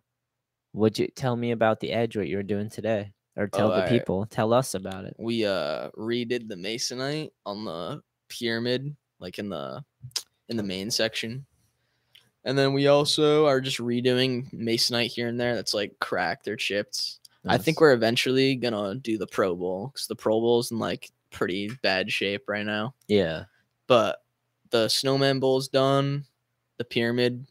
would you tell me about the edge? What you were doing today, or tell the Oh, alright. people, tell us about it. we uh redid the masonite on the pyramid like in the in the main section and then we also are just redoing masonite here and there that's like cracked or chipped i think we're eventually gonna do the pro bowl because the pro bowl's in like pretty bad shape right now yeah, but the snowman bowl's done the pyramid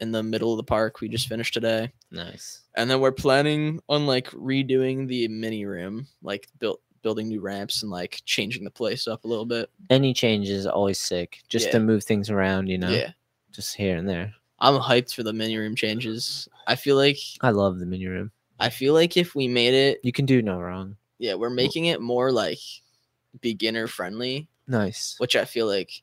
in the middle of the park we just finished today nice. and then we're planning on like redoing the mini room, like built building new ramps and like changing the place up a little bit. Any change is always sick, just to Yeah. move things around, you know, Yeah. just here and there. I'm hyped for the mini room changes. I feel like I love the mini room. I feel like if we made it, You can do no wrong. yeah, we're making it more like beginner friendly, Nice. which I feel like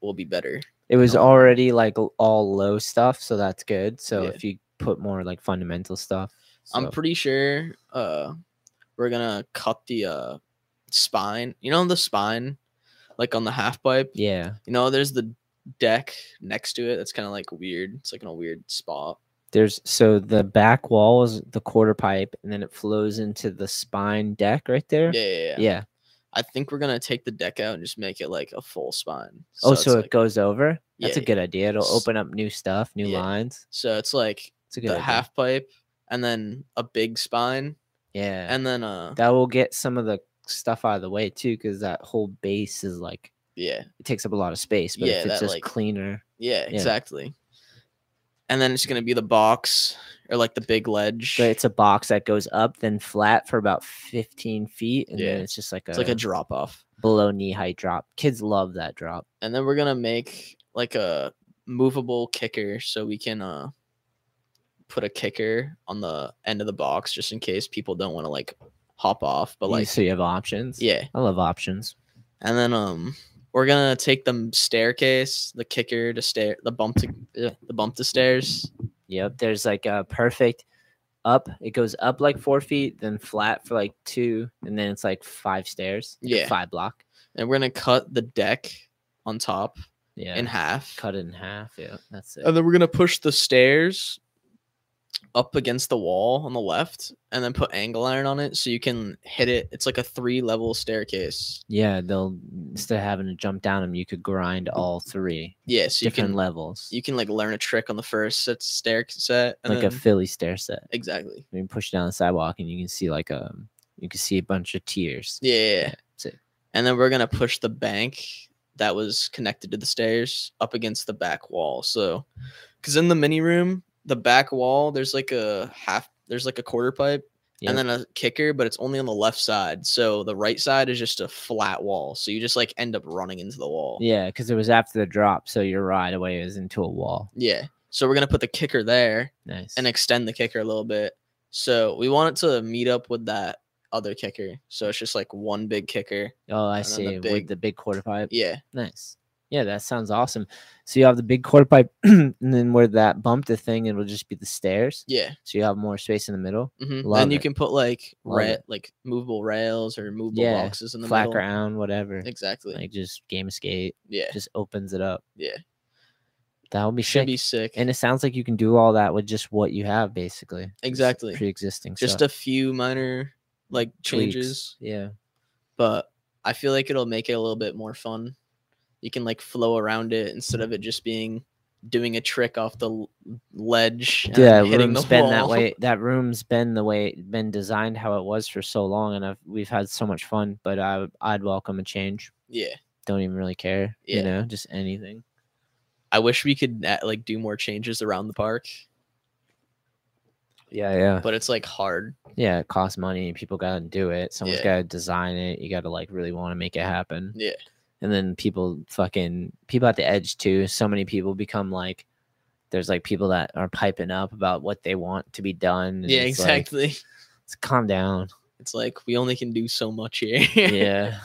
will be better. It was know? already like l- all low stuff, so that's good. So Yeah. if you put more like fundamental stuff, I'm so- pretty sure uh we're going to cut the uh spine. You know the spine like on the half pipe? yeah, You know, there's the deck next to it that's kind of like weird. It's like in a weird spot. there's so the back wall is the quarter pipe, and then it flows into the spine deck right there. Yeah, yeah, yeah. Yeah. I think we're gonna take the deck out and just make it like a full spine. oh, it's so it like- goes over. Yeah, That's a yeah. good idea. It'll S- open up new stuff, new Yeah. lines. So it's like It's a good the idea. half pipe and then a big spine Yeah, and then uh that will get some of the stuff out of the way too, because that whole base is like yeah it takes up a lot of space. But Yeah, if it's that, just like- cleaner, yeah Yeah. exactly. And then it's gonna be the box or like the big ledge. but it's a box that goes up then flat for about 15 feet, and then Yeah. it's just like a it's like a drop off. below knee height drop. Kids love that drop. And then we're gonna make like a movable kicker so we can uh put a kicker on the end of the box just in case people don't want to like hop off. But You- like so you have options. yeah, I love options. And then um we're gonna take the m- staircase, the kicker to stair the bump to uh, the bump to stairs. Yep. There's like a perfect up. It goes up like four feet, then flat for like two, and then it's like five stairs. like a Yeah. Five block. And we're gonna cut the deck on top Yeah. in half. Cut it in half. Yeah. That's it. And then we're gonna push the stairs up against the wall on the left and then put angle iron on it so you can hit it. It's like a three level staircase. Yeah, they'll instead of having to jump down them, you could grind all three Yeah, so you different can levels, you can like learn a trick on the first set stair set and like a then- Philly stair set. exactly. You can push down the sidewalk, and you can see like a you can see a bunch of tears. Yeah, yeah, yeah. sick. And then we're gonna push the bank that was connected to the stairs up against the back wall. So, because in the mini room, the back wall, there's like a half, there's like a quarter pipe, Yep. and then a kicker, but it's only on the left side. So the right side is just a flat wall. So you just like end up running into the wall. Yeah, because it was after the drop, so your ride away is into a wall. Yeah. So we're gonna put the kicker there Nice. and extend the kicker a little bit. So we want it to meet up with that other kicker. So it's just like one big kicker. oh, I and then the see. big- With the big quarter pipe. Yeah. Nice. Yeah, that sounds awesome. So you have the big quarter pipe, and then where that bump the thing, it'll just be the stairs. Yeah. So you have more space in the middle. Mm-hmm. Love Then you it. can put like Love ra- it. like movable rails or movable Yeah, boxes in the flat middle. ground, whatever. Exactly. Like just game skate, yeah. just opens it up. Yeah. That would be Should sick. be sick. and it sounds like you can do all that with just what you have, basically. Just Exactly. Pre-existing. Just stuff. a few minor like Tweaks. changes, yeah. but I feel like it'll make it a little bit more fun. You can like flow around it instead of it just being doing a trick off the l- ledge. and Yeah, then hitting room's the been that wall. way. That room's been the way been designed how it was for so long, and I've, we've had so much fun. But I would- I'd welcome a change. Yeah. Don't even really care. Yeah. You know, just anything. I wish we could uh, like do more changes around the park, Yeah, yeah, but it's like hard. yeah. It costs money. People gotta do it. Someone's Yeah. gotta design it. You gotta like really want to make it happen. Yeah. and then people fucking people at the edge too so many people become like there's like people that are piping up about what they want to be done and Yeah, it's like, exactly. it's calm down it's like we only can do so much here. yeah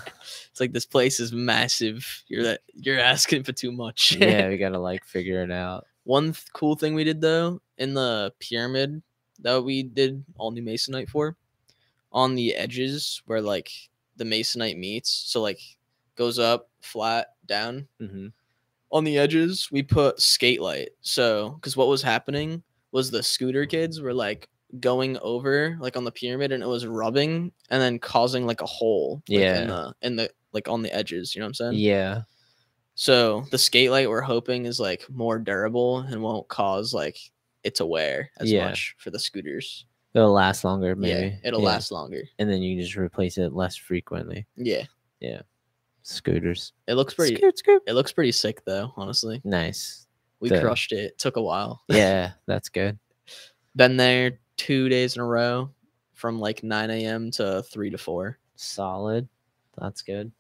It's like this place is massive. You're that you're asking for too much. yeah we gotta like figure it out One th- cool thing we did though in the pyramid that we did all new masonite for, on the edges where like the masonite meets, so like goes up flat down. hmm On the edges we put skate light. So because what was happening was the scooter kids were like going over like on the pyramid and it was rubbing and then causing like a hole. like, Yeah. In the in the like on the edges, you know what I'm saying? yeah So the skate light we're hoping is like more durable and won't cause like it to wear as Yeah. much for the scooters. it'll last longer maybe Yeah, it'll Yeah. last longer. and then you can just replace it less frequently Yeah, scooters it looks pretty. Scoot, scoot. It looks pretty sick though. Honestly, nice we The- crushed it. It Took a while. yeah that's good Been there two days in a row, from like 9 a.m. to three to four. solid that's good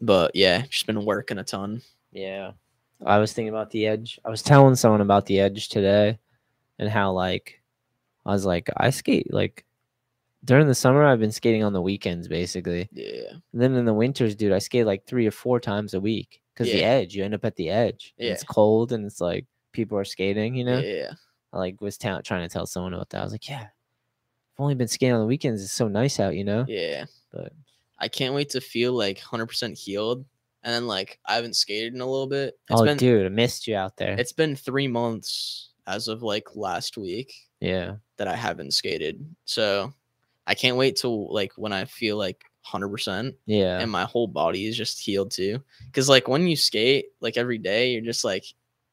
But yeah, just been working a ton. Yeah. I was thinking about the edge. I was telling someone about the edge today and how like I was like, I skate like during the summer I've been skating on the weekends basically. Yeah, And then in the winters, dude, I skate like three or four times a week. Cause the Yeah. edge, you end up at the edge. and It's Yeah. cold and it's like people are skating, you know? yeah, I like was ta- trying to tell someone about that. I was like, Yeah. I've only been skating on the weekends. It's so nice out, you know? yeah. But I can't wait to feel like 100% healed. And then like I haven't skated in a little bit. It's oh been dude, I missed you out there. it's been three months as of like last week yeah. that I haven't skated. So I can't wait till like when I feel like 100% Yeah. and my whole body is just healed too. Cause like when you skate like every day, you're just like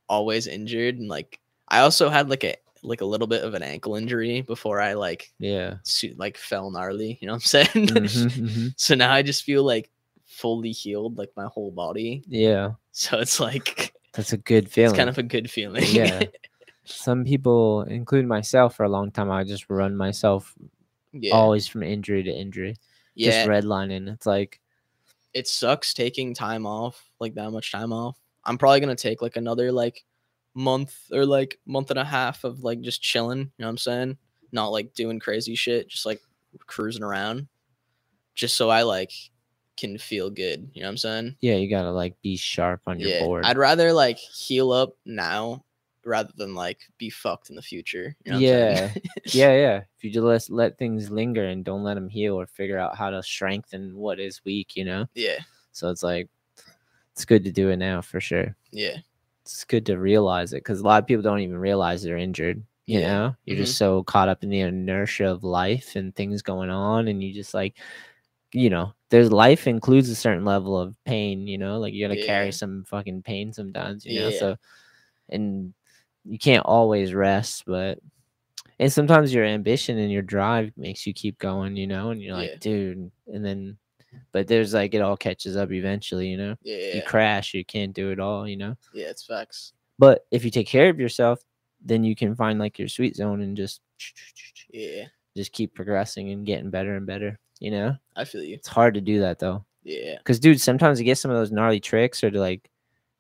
always injured. And like I also had like a, like a little bit of an ankle injury before I like, yeah. su- like fell gnarly, you know what I'm saying? Mhm, mhm. so now I just feel like fully healed, like my whole body. Yeah. So it's like, That's a good it's feeling. kind of a good feeling. yeah. Some people, including myself, for a long time, I just run myself yeah. always from injury to injury, yeah. just redlining. It's like, it sucks taking time off like that much time off i'm probably gonna take like another like month or like month and a half of like just chilling you know what i'm saying not like doing crazy shit just like cruising around just so i like can feel good you know what i'm saying yeah, you gotta like be sharp on your yeah board. i'd rather like heal up now rather than like be fucked in the future you know what I'm saying? yeah, yeah, yeah. If you just let, let things linger and don't let them heal or figure out how to strengthen what is weak, you know. yeah So it's like, it's good to do it now for sure. yeah It's good to realize it because a lot of people don't even realize they're injured. you Yeah. Mm-hmm. know you're just so caught up in the inertia of life and things going on and you just like you know there's life includes a certain level of pain you know like you gotta Yeah. carry some fucking pain sometimes you know Yeah. so and you can't always rest but and sometimes your ambition and your drive makes you keep going you know and you're like Yeah. dude and then but there's like it all catches up eventually you know Yeah, you yeah, crash you can't do it all you know yeah, it's facts. but if you take care of yourself, then you can find like your sweet zone and just Yeah, just keep progressing and getting better and better. You know, I feel you. it's hard to do that though, Yeah, because dude, sometimes you get some of those gnarly tricks or to like,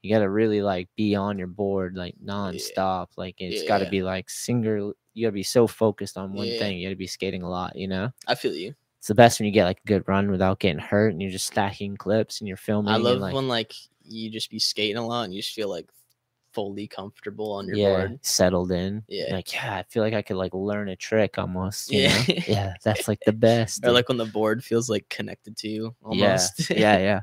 you gotta really like be on your board like nonstop. Like it's gotta Yeah. be like single. You gotta be so focused on one Yeah. thing. You gotta be skating a lot. You know, I feel you. it's the best when you get like a good run without getting hurt and you're just stacking clips and you're filming. I and, love like, when like you just be skating a lot and you just feel like fully comfortable on your yeah, board. settled in. Yeah. Like, yeah, I feel like I could like learn a trick almost. You Yeah. Know? Yeah. That's like the best. Or dude. like when the board feels like connected to you Yeah, almost. yeah, yeah.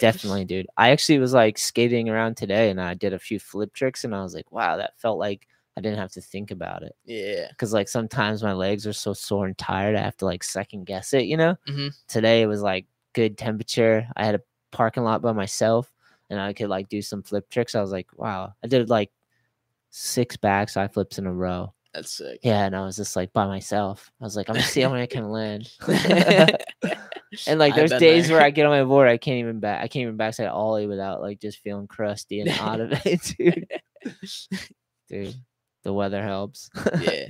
Definitely, dude. I actually was like skating around today and I did a few flip tricks and I was like, wow, that felt like I didn't have to think about it. yeah. Cause like sometimes my legs are so sore and tired, I have to like second guess it, you know? Mhm. Today it was like good temperature. I had a parking lot by myself and I could like do some flip tricks. I was like, wow, I did like six backside flips in a row. That's sick. Yeah, and I was just like by myself. I was like, I'm gonna see how many I can land. and like, I've there's been days there. where I get on my board, I can't even back, I can't even backside ollie without like just feeling crusty and out of it, dude. dude, the weather helps yeah.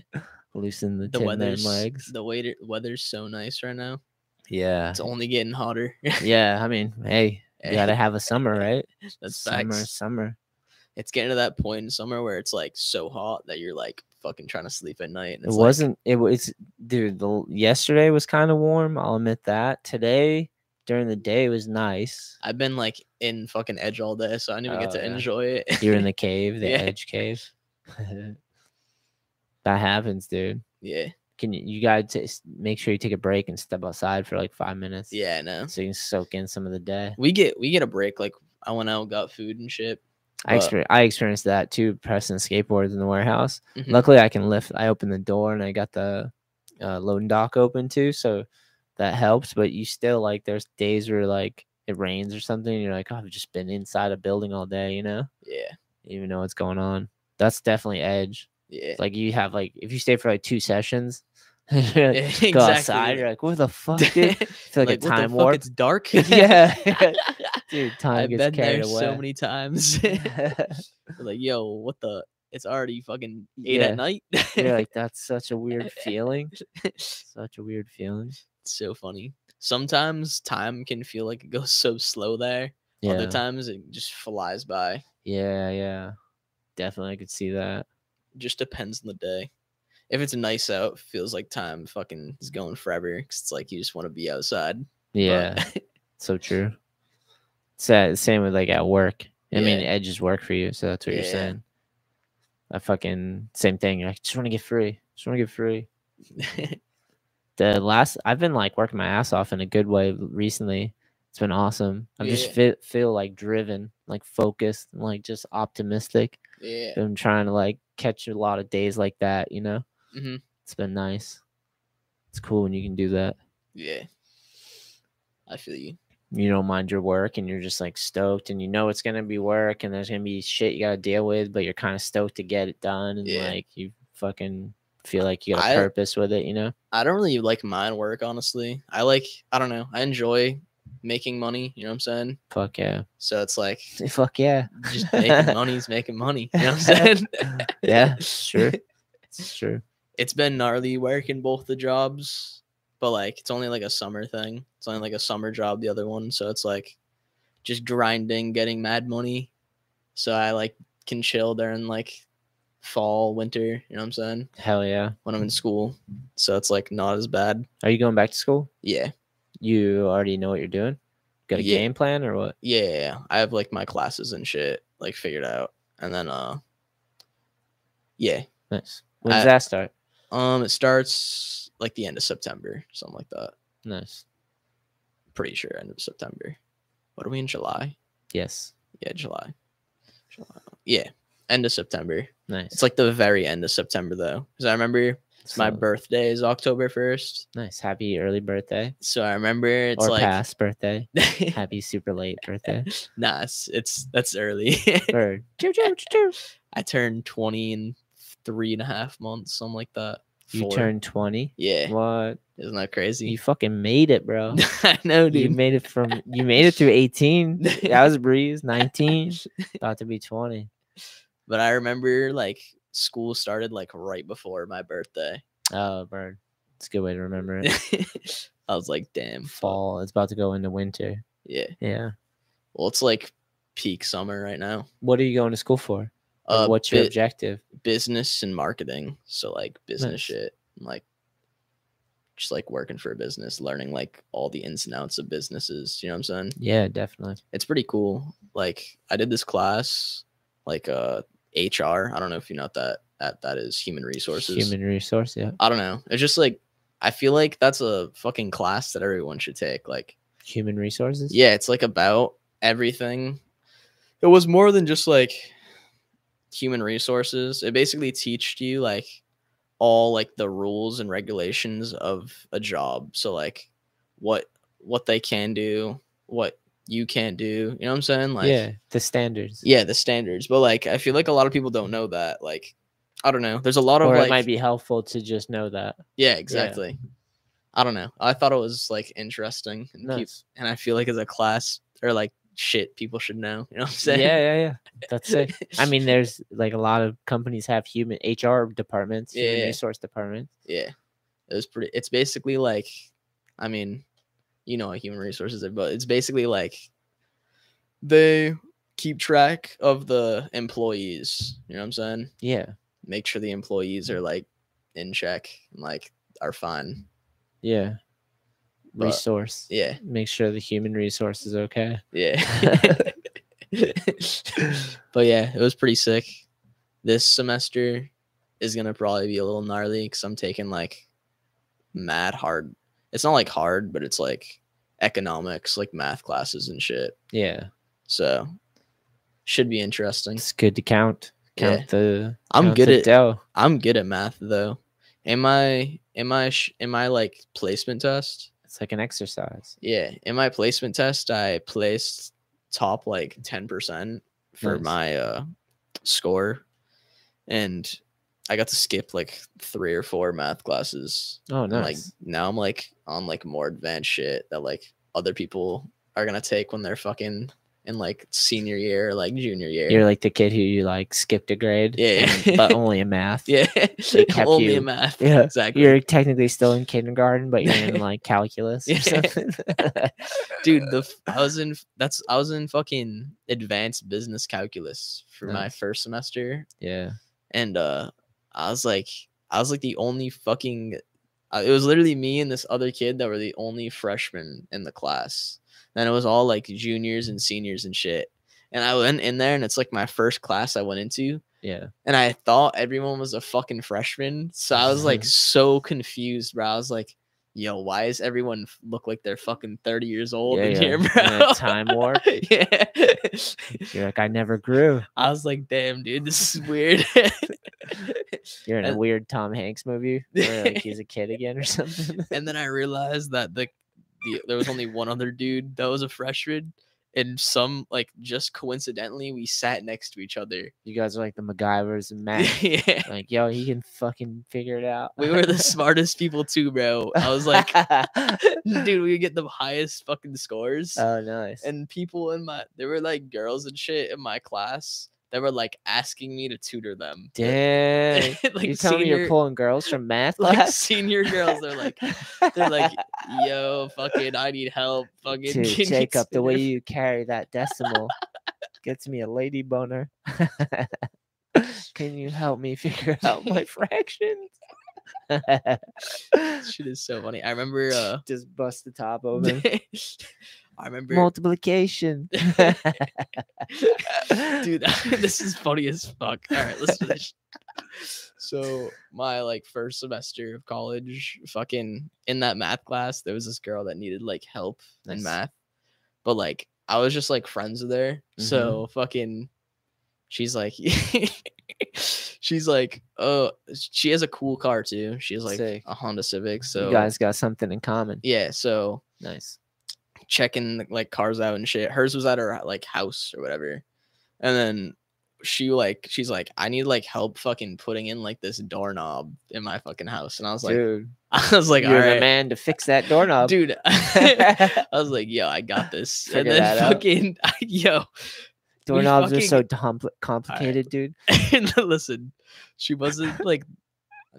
loosen the, The tin man weather's legs. the waiter weather's so nice right now. Yeah, It's only getting hotter. yeah. I mean, hey, you gotta have a summer, right? That's summer, facts. summer. It's getting to that point in summer where it's like so hot that you're like fucking trying to sleep at night. and It it's like- wasn't. It was, dude. The l- yesterday was kind of warm. I'll admit that. Today during the day was nice. I've been like in fucking edge all day, so I didn't even get Oh, to yeah. enjoy it. You're in the cave, the Yeah. edge cave. that happens, dude. yeah. Can you, you guys t- s- make sure you take a break and step outside for like five minutes? Yeah, I know. So you can soak in some of the day. We get we get a break. Like I went out, got food and shit. I, Uh, exper- I experienced that too, pressing skateboards in the warehouse. Mhm. Luckily, I can lift. I opened the door and I got the uh, loading dock open too. So that helps. But you still like, there's days where like it rains or something. And you're like, oh, I've just been inside a building all day, you know? Yeah. Even know what's going on. That's definitely edge. Yeah. It's like you have like if you stay for like two sessions, you're like, Yeah, exactly. go outside, you're like, where the fuck, dude? I feel like, Like, what a the time fuck, warp. It's dark. yeah, dude, time I've gets been there carried away. so many times. like, yo, what the? It's already fucking eight Yeah. at night. you're like, that's such a weird feeling. Such a weird feeling. It's so funny. Sometimes time can feel like it goes so slow there. Yeah, Other times it just flies by. yeah, yeah. Definitely, I could see that. Just depends on the day. If it's nice out, it feels like time fucking is going forever because it's like you just want to be outside. but- Yeah, so true. Sa- same with like at work. I mean, Yeah. edges work for you, so that's what you're Yeah. saying. I fucking same thing. You're like, just want to get free. Just want to get free. the last I've been like working my ass off in a good way recently. It's been awesome. I am just Yeah. fe- feel like driven, like focused, and like just optimistic. yeah. Been trying to like catch a lot of days like that, you know. Mhm. It's been nice. It's cool when you can do that. Yeah. I feel you. You don't mind your work, and you're just like stoked, and you know it's gonna be work, and there's gonna be shit you gotta deal with, but you're kind of stoked to get it done, and Yeah. like you fucking feel like you got a I- purpose with it, you know. I don't really like mine work, honestly. I like, I don't know. I enjoy making money. You know what I'm saying? Fuck yeah. So it's like Fuck yeah. just making money's making money. You know what I'm saying? yeah, sure. It's true. It's been gnarly working both the jobs, but like it's only like a summer thing. It's only like a summer job, the other one. So it's like just grinding, getting mad money. So I like can chill during like fall, winter. You know what I'm saying? Hell yeah. When I'm in school. So it's like not as bad. Are you going back to school? Yeah. You already know what you're doing? Got a Yeah. game plan or what? Yeah, I have like my classes and shit like figured out, and then uh, yeah, Nice. When does I- that start? um, it starts like the end of September, something like that. Nice. Pretty sure end of September. What are we in July? Yes. Yeah, July. July. Yeah, end of September. Nice. It's like the very end of September though, because I remember my So, birthday is October first. nice. Happy early birthday So I remember it's or like past birthday. Happy super late birthday. nah, it's, it's that's early. or choo, choo, choo, choo. I turned twenty in three and a half months, something like that. you Four. turned 20. yeah, What? isn't that You crazy? fucking made it, bro. I know, You dude. made it from you made it through 18. That was a breeze. 19, about to be 20. But I remember like school started like right before my birthday. Oh, bird. It's a good way to remember it. I was like, damn, fuck. Fall. It's about to go into winter. Yeah. Yeah. Well, it's like peak summer right now. What are you going to school for? Or Uh, what's your bu- objective? business and marketing. So like business Nice. shit, and, like just like working for a business, learning like all the ins and outs of businesses. You know what I'm saying? Yeah, definitely. It's pretty cool. Like I did this class, like uh HR. I don't know if you know what that that that is human resources. Human resource. Yeah. I don't know. It's just like I feel like that's a fucking class that everyone should take. Like Human resources. yeah, it's like about everything. It was more than just like human resources. It basically teached you like all like the rules and regulations of a job. So like what what they can do, what you can't do. You know what I'm saying? Like yeah. The standards. yeah, the standards. But like I feel like a lot of people don't know that. Like I don't know. There's a lot of Or like it might be helpful to just know that. yeah, exactly. I don't know. I thought it was like interesting and, peop- Nice. and I feel like as a class or like shit people should know. You know what Yeah, I'm saying? yeah, yeah. That's it. I mean, there's like a lot of companies have human HR departments, human Yeah. resource departments. yeah. It was pretty it's basically like I mean, you know what human resources are, but it's basically like they keep track of the employees. You know what I'm saying? Yeah, Make sure the employees are like in check and like are fine. yeah. But- Resource. Yeah. Make sure the human resource is okay. Yeah. but yeah, it was pretty sick. This semester is gonna probably be a little gnarly because I'm taking like mad hard. It's not like hard, but it's like economics, like math classes and shit. Yeah, So should be interesting. it's good to count. Count Yeah. the. I'm count good the at- dough. I'm good at math though. Am I? Am I? sh- Am I like placement test? It's like an exercise. Yeah, in my placement test, I placed top like 10% for Nice. my uh score. And I got to skip like three or four math classes. Oh, And, nice. Like now I'm like on like more advanced shit that like other people are gonna take when they're fucking in like senior year, or, like junior year. You're like the kid who you like skipped a grade. Yeah, and- yeah. but only in math. yeah. kept Only you- in math. Yeah, Exactly. You're technically still in kindergarten, but you're in like calculus or Yeah. something. dude the f- i was in f- that's i was in fucking advanced business calculus for my Nice. first semester yeah. and uh i was like i was like the only fucking uh, it was literally me and this other kid that were the only freshmen in the class and it was all like juniors and seniors and shit and i went in there and it's like my first class i went into Yeah. and I thought everyone was a fucking freshman. So I was like so confused, bro. I was like, yo, why does everyone f- look like they're fucking 30 years old yeah, in yeah. here, In bro? a time warp. yeah. You're like, I never grew. I was like, damn, dude, this is weird. You're in a And- weird Tom Hanks movie where like he's a kid again or something. and then I realized that the, the there was only one other dude that was a freshman. And some like just coincidentally we sat next to each other. You guys are like the MacGyvers and Matt. yeah. like, yo, he can fucking figure it out. We were the smartest people too, bro. I was like, dude, we get the highest fucking scores. oh, nice. and people in my there were like girls and shit in my class that were like asking me to tutor them. Dang. like you telling me you're senior- pulling girls from math like class? senior girls, they're like, they're like, yo, fucking, I need help. Fucking, Dude, can you Jacob, the way tutor you carry that decimal gets me a lady boner. Can you help me figure out my fractions? me?" Shit is so funny. I remember, uh, Just bust the top Oh, open. I remember, Multiplication. dude, this is funny as fuck. All right, let's finish. So my like first semester of college, fucking in that math class, there was this girl that needed like help in Nice. Mm-hmm. math, but like I was just like friends with her, so fucking she's like she's like oh she has a cool car too she has like Sick. a honda civic so you guys got something in common. yeah so Nice. checking like cars out and shit hers was at her like house or whatever and then she like she's like i need like help fucking putting in like this doorknob in my fucking house and i was like dude, i was like all you're the right man to fix that doorknob. dude i was like yo i got this and Figure then that out. fucking yo Doorknobs are fucking- so dompl- complicated, dude. and then, listen, she wasn't like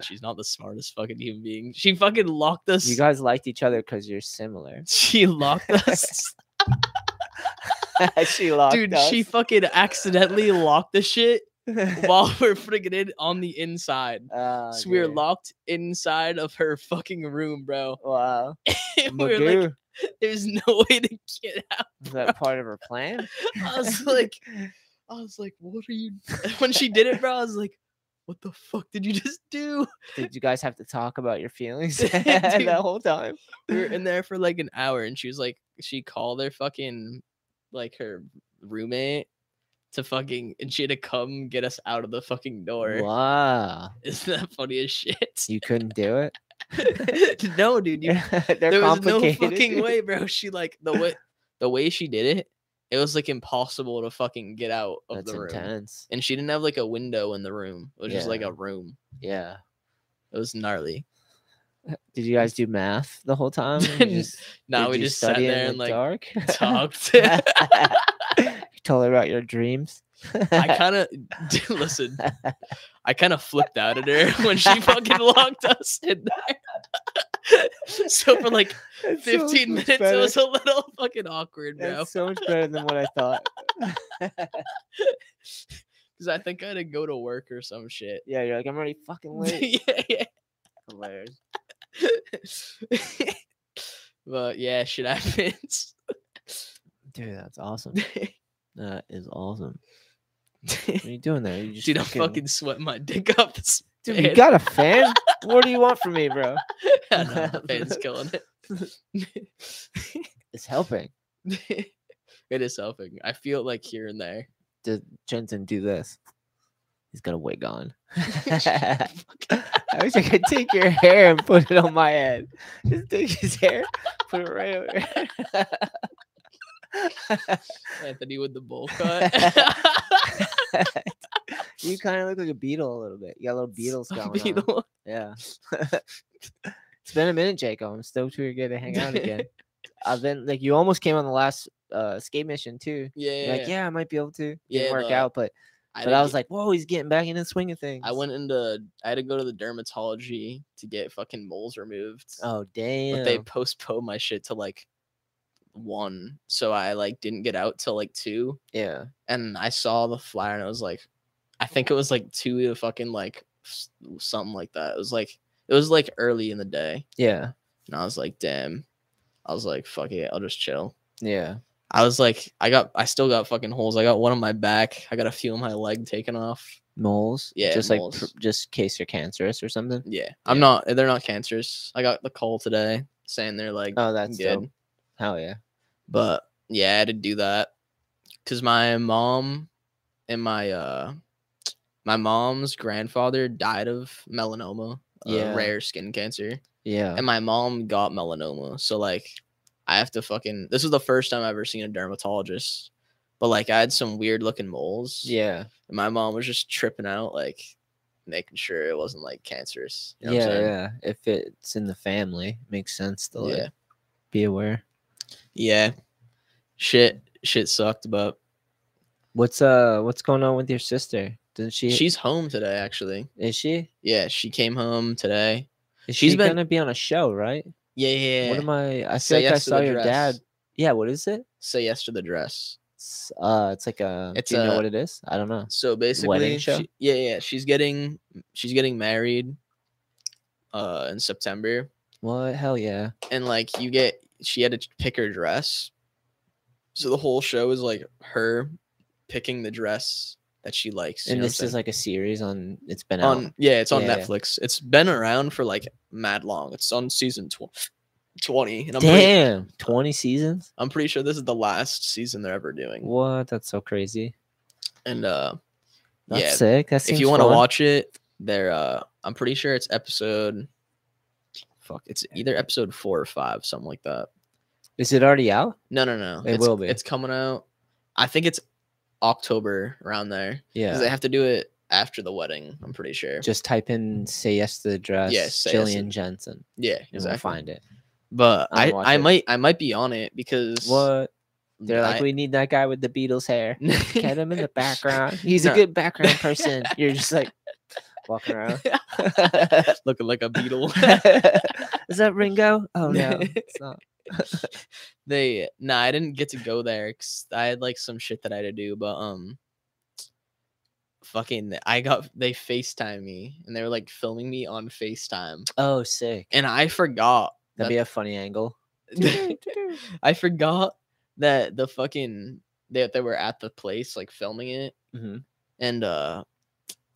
she's not the smartest fucking human being. She fucking locked us. You guys liked each other because you're similar. she locked us. she locked Dude, she us. fucking accidentally locked the shit while we're freaking in on the inside. Oh, so we were dude. locked inside of her fucking room, bro. Wow. And we were like, Magoo. there's no way to get out. Is that part of her plan? I was like, I was like, what are you? When she did it, bro, I was like, what the fuck did you just do? Did you guys have to talk about your feelings Dude. that whole time? we were in there for like an hour and she was like she called her fucking like her roommate to fucking and she had to come get us out of the fucking door Wow. isn't that funny as shit You couldn't do it? no dude you, They're there was no complicated. fucking dude. way bro she like the way the way she did it it was like impossible to fucking get out of That's the room intense. and she didn't have like a window in the room it was just like Yeah. a room Yeah. it was gnarly Did you guys do math the whole time? and you just- now did we you just sat study in there the and like dark? talked you told her about your dreams. I kind of listen. I kind of flipped out at her when she fucking locked us in there. so for like That's so 15 much minutes, better. it was a little fucking awkward, bro. That's so much better than what I thought. Because I think I had to go to work or some shit. Yeah, you're like, I'm already fucking late. yeah, yeah. Hilarious. but yeah, shit happens. Dude, that's awesome. That is awesome. What are Dude, you doing there? You just I'm fucking sweating my dick up. This Dude, you bad. got a fan? what do you want from me, bro? I know, the fan's killing it. It's helping. it is helping. I feel like here and there. Did Jensen do this? He's got a wig on. I Fuck. wish I could take your hair and put it on my head. Just take his hair, put it right over. Anthony with the bowl cut. you kind of look like a beetle a little bit. You got a little beetles going on. Beetle. Yeah. it's been a minute, Jacob. I'm stoked we were going to hang out again. I've been like, you almost came on the last uh, skate mission too. Yeah, You're like, yeah, I might be able to. Yeah, Didn't work the- out, but but didn't I was get- like, whoa, he's getting back into the swing of things. I went into, I had to go to the dermatology to get fucking moles removed, Oh damn! but they postponed my shit to like one, so I like didn't get out till like two, yeah, and I saw the flyer and I was like, I think it was like two to fucking like s- something like that. It was like it was like early in the day, yeah, and I was like, damn. I was like, fuck it, I'll just chill. yeah. I was like, I got, I still got fucking holes. I got one on my back. I got a few on my leg taken off. Moles, Yeah, just like moles. Mm, pr- just in case you're cancerous or something. Yeah, I'm Yeah. not. They're not cancerous. I got the call today saying they're like, Oh, that's good. dope. Hell yeah! But yeah, I had to do that because my mom and my uh, my mom's grandfather died of melanoma, yeah, Yeah. rare skin cancer, Yeah, and my mom got melanoma. So like, I have to fucking. This was the first time I ever seen a dermatologist. But like, I had some weird looking moles. yeah, And my mom was just tripping out, like making sure it wasn't like cancerous. You know what I'm yeah, saying? yeah. If it's in the family, makes sense to like Yeah. be aware. yeah. Shit, shit sucked, but What's uh, what's going on with your sister? Didn't she? she's home today. Actually, is she? yeah, she came home today. Is She's she been- gonna be on a show, right? Yeah, yeah. yeah. What am I? I Say feel like I yes to the saw your dress. dad. Yeah, what is it? Say yes to the dress. It's, uh, it's like a. It's do you a- know what it is? I don't know. So basically, show? she- yeah, yeah, she's getting she's getting married, uh, in September, What? Hell yeah! and like you get she had to pick her dress. So the whole show is like her picking the dress that she likes. you And know what I'm this saying? is like a series on. It's been out. on yeah it's on Yeah, yeah. netflix it's been around for like mad long it's on season tw- 20 and I'm pretty, Damn, twenty seasons. I'm pretty sure this is the last season they're ever doing What? That's so crazy. and uh That's Yeah, sick. That seems if you want to fun. watch it, there uh I'm pretty sure it's episode fuck, it's either episode 4 or 5, something like that. is it already out? No, no, no. It it's, will be. It's coming out. I think it's October around there. Yeah. Cuz they have to do it after the wedding, I'm pretty sure. Just type in "say yes to the dress." Yes, say yes to- Jillian Jensen, yeah, and we'll exactly. find it. But I'm I gonna watch I it. might I might be on it because What they're like, I- we need that guy with the Beatles hair. Get him in the background. He's a No. good background person. You're just like walking around. looking like a beetle. Is that Ringo? Oh no, it's not. they no, nah, I didn't get to go there 'cause I had like some shit that I had to do, but um fucking I got they FaceTime me and they were like filming me on FaceTime Oh, sick. and I forgot That'd be a funny angle. Mm-hmm. I forgot that the fucking that they were at the place like filming it Mhm. and uh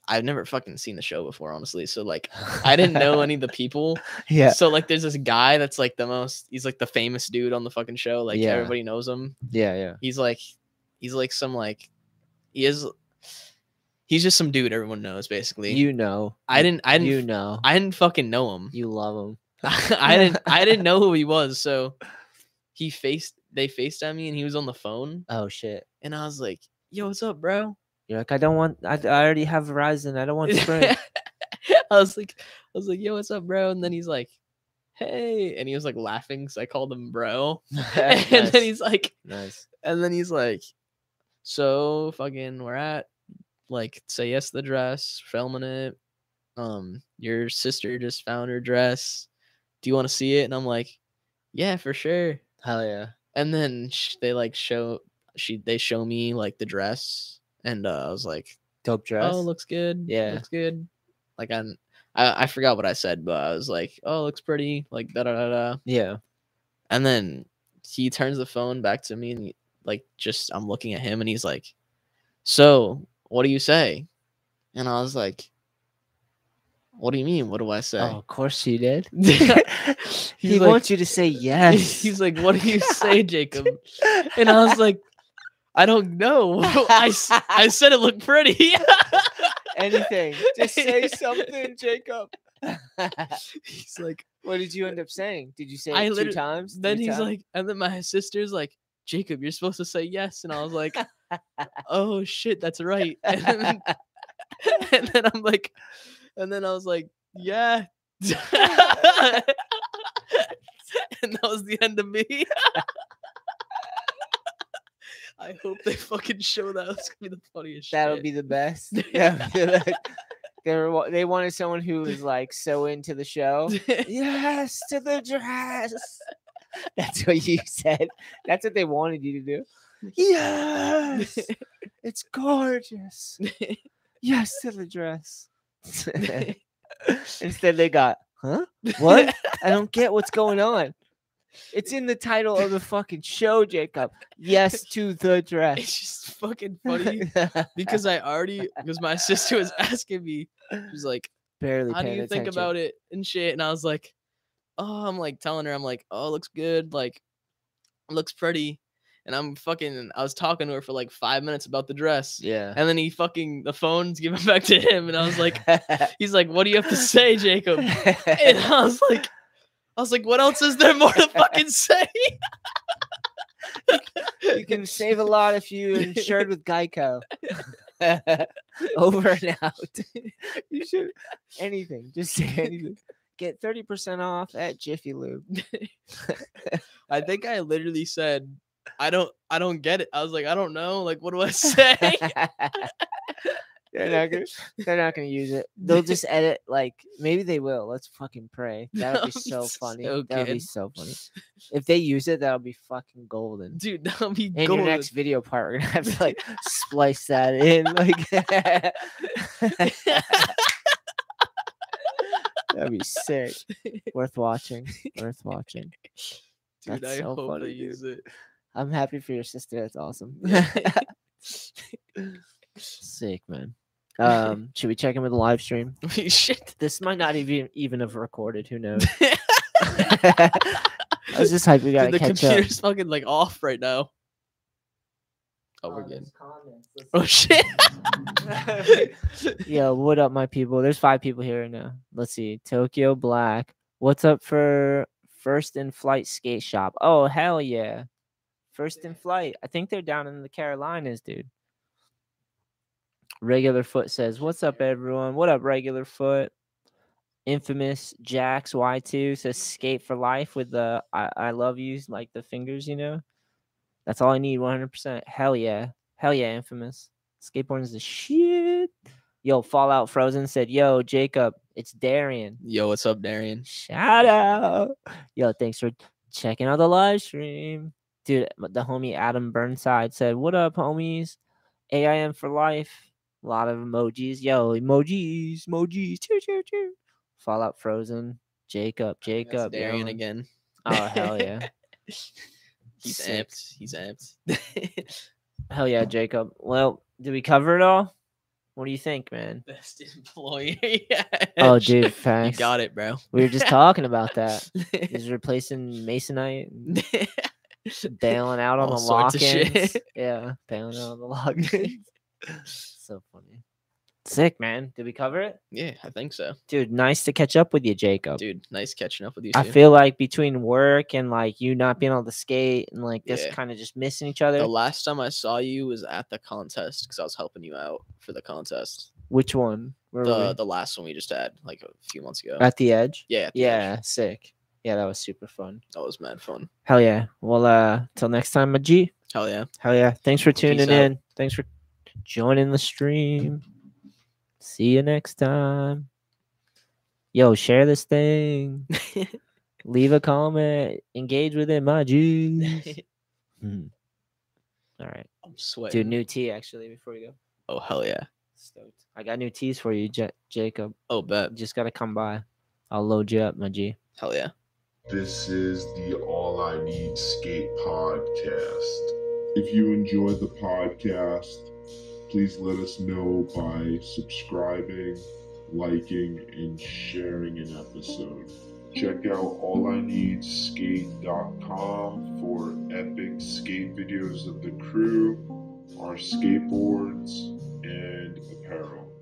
I've never fucking seen the show before honestly so like I didn't know any of the people yeah, So like there's this guy that's like the most he's like the famous dude on the fucking show. Like Yeah. everybody knows him. yeah, yeah. He's like he's like some like he is he's just some dude everyone knows basically. You know, I didn't I didn't you know, I didn't fucking know him. you love him. I didn't I didn't know who he was, so he faced they FaceTimed me and he was on the phone Oh shit. and I was like, Yo, what's up, bro? You're like, I don't want. I, I already have Verizon. I don't want Sprint. I was like I was like, Yo, what's up, bro? And then he's like, Hey and he was like laughing because I called him bro. and Nice, then he's like nice. and then he's like, "So fucking, we're at like say yes to the dress, filming it. Um, your sister just found her dress. Do you want to see it?" And I'm like, "Yeah, for sure." Hell yeah. And then sh- they like show she they show me like the dress, and uh, I was like, Dope dress. "Oh, looks good. Yeah. looks good." Like I'm. I, I forgot what I said, but I was like, "Oh, looks pretty." Like da da da da. yeah. And then he turns the phone back to me and he, like just I'm looking at him and he's like, "So, what do you say?" And I was like, "What do you mean? What do I say?" Oh, of course she did. he like- wants you to say yes. He's like, "What do you say, Jacob?" And I was like, "I don't know. I, s- I said it looked pretty." anything. Just say something, Jacob. he's like, what did you end up saying? Did you say I it two literally- times? then Three he's times? like, and then my sister's like, "Jacob, you're supposed to say yes." And I was like, "Oh shit, that's right." And then and then I'm like, and then I was like, yeah. and that was the end of me. I hope they fucking show that. That's gonna be the funniest That'll shit. be the best. Yeah, be like- they were wa- they wanted someone who was like so into the show. yes to the dress. That's what you said. That's what they wanted you to do. Yes, it's gorgeous. Yes to the dress. Instead, they got huh? What? I don't get what's going on. It's in the title of the fucking show, Jacob. Yes to the dress. it's just fucking funny because I already because my sister was asking me, she's like, barely. how do paying you think attention. about it and shit and i was like oh i'm like telling her i'm like oh looks good like looks pretty and i'm fucking i was talking to her for like five minutes about the dress Yeah. and then he fucking the phone's given back to him and i was like he's like what do you have to say jacob and i was like i was like what else is there more to fucking say you can save a lot if you insured with Geico. Over and out. you should anything. Just say anything. Get thirty percent off at Jiffy Lube. i think i literally said i don't i don't get it i was like i don't know like what do i say they're not gonna. They're not gonna use it. They'll just edit. Like maybe they will. Let's fucking pray. That would be That'd be so funny. so that would be good. so funny. If they use it, that'll be fucking golden. dude that'll be In your golden. next video part, we're gonna have to like splice that in. Like that'd be sick. Worth watching. Worth watching. Dude, That's I so hope funny, they dude. use it. I'm happy for your sister. That's awesome. sick, man. Um, should we check in with the live stream? Holy Shit. This might not even even have recorded. Who knows? I was just hyping. We Dude, gotta the catch up. computer's fucking like off right now. Oh, we're good. Comments, Oh shit. Oh, listen. Yo, what up, my people? There's five people here right now. Let's see. Tokyo Black. What's up for First in Flight Skate Shop? Oh, hell yeah. First in Flight. I think they're down in the Carolinas, dude. Regular Foot says, What's up, everyone? What up, Regular Foot? Infamous Jax Y2 says, Skate for life with the I, I love yous, like the fingers, you know? That's all I need, 100%. Hell yeah. Hell yeah, Infamous. Skateboarding is the shit. Yo, Fallout Frozen said, Yo, Jacob, it's Darian. Yo, what's up, Darian? Shout out. Yo, thanks for checking out the live stream. Dude, m- the homie Adam Burnside said, What up, homies? AIM for life. A lot of emojis. Yo, emojis, emojis. Cheer, cheer, cheer. Fallout Frozen. Jacob, That's Jacob. Darian Dylan. again. Oh, hell yeah. He's Sick. amped. He's amped. Hell yeah, Jacob. Well, did we cover it all? What do you think, man? Best employee. yeah. Oh, dude, You facts. got it, bro. We were just talking about that. He's replacing Masonite, and bailing out on All the sorts of shit. lock-ins. Yeah, bailing out on the lock-ins. so funny. Sick, man. Did we cover it, yeah, I think so. dude? Nice to catch up with you, Jacob. Dude, nice catching up with you. I too. feel like between work and like you not being able to skate and like this Yeah. kind of just missing each other. the last time I saw you was at the contest because I was helping you out for the contest. Which one? Where were The we? the last one we just had like a few months ago. At the edge. yeah, at the edge. Yeah, sick. Yeah, that was super fun. that was mad fun. Hell yeah. Well, uh, till next time, my G. Hell yeah. Hell yeah. Thanks for tuning out. in. Thanks for joining the stream. See you next time. Yo, share this thing. Leave a comment. Engage with it, my Jews. Hmm. All right. I'm sweating. Dude, new tea actually before we go. oh hell yeah. Stoked. I got new teas for you, Ja- Jacob. Oh bet. Just gotta come by. I'll load you up, my G. Hell yeah. This is the All I Need Skate Podcast. If you enjoy the podcast, please let us know by subscribing, liking, and sharing an episode. Check out allineedskate.com for epic skate videos of the crew, our skateboards, and apparel.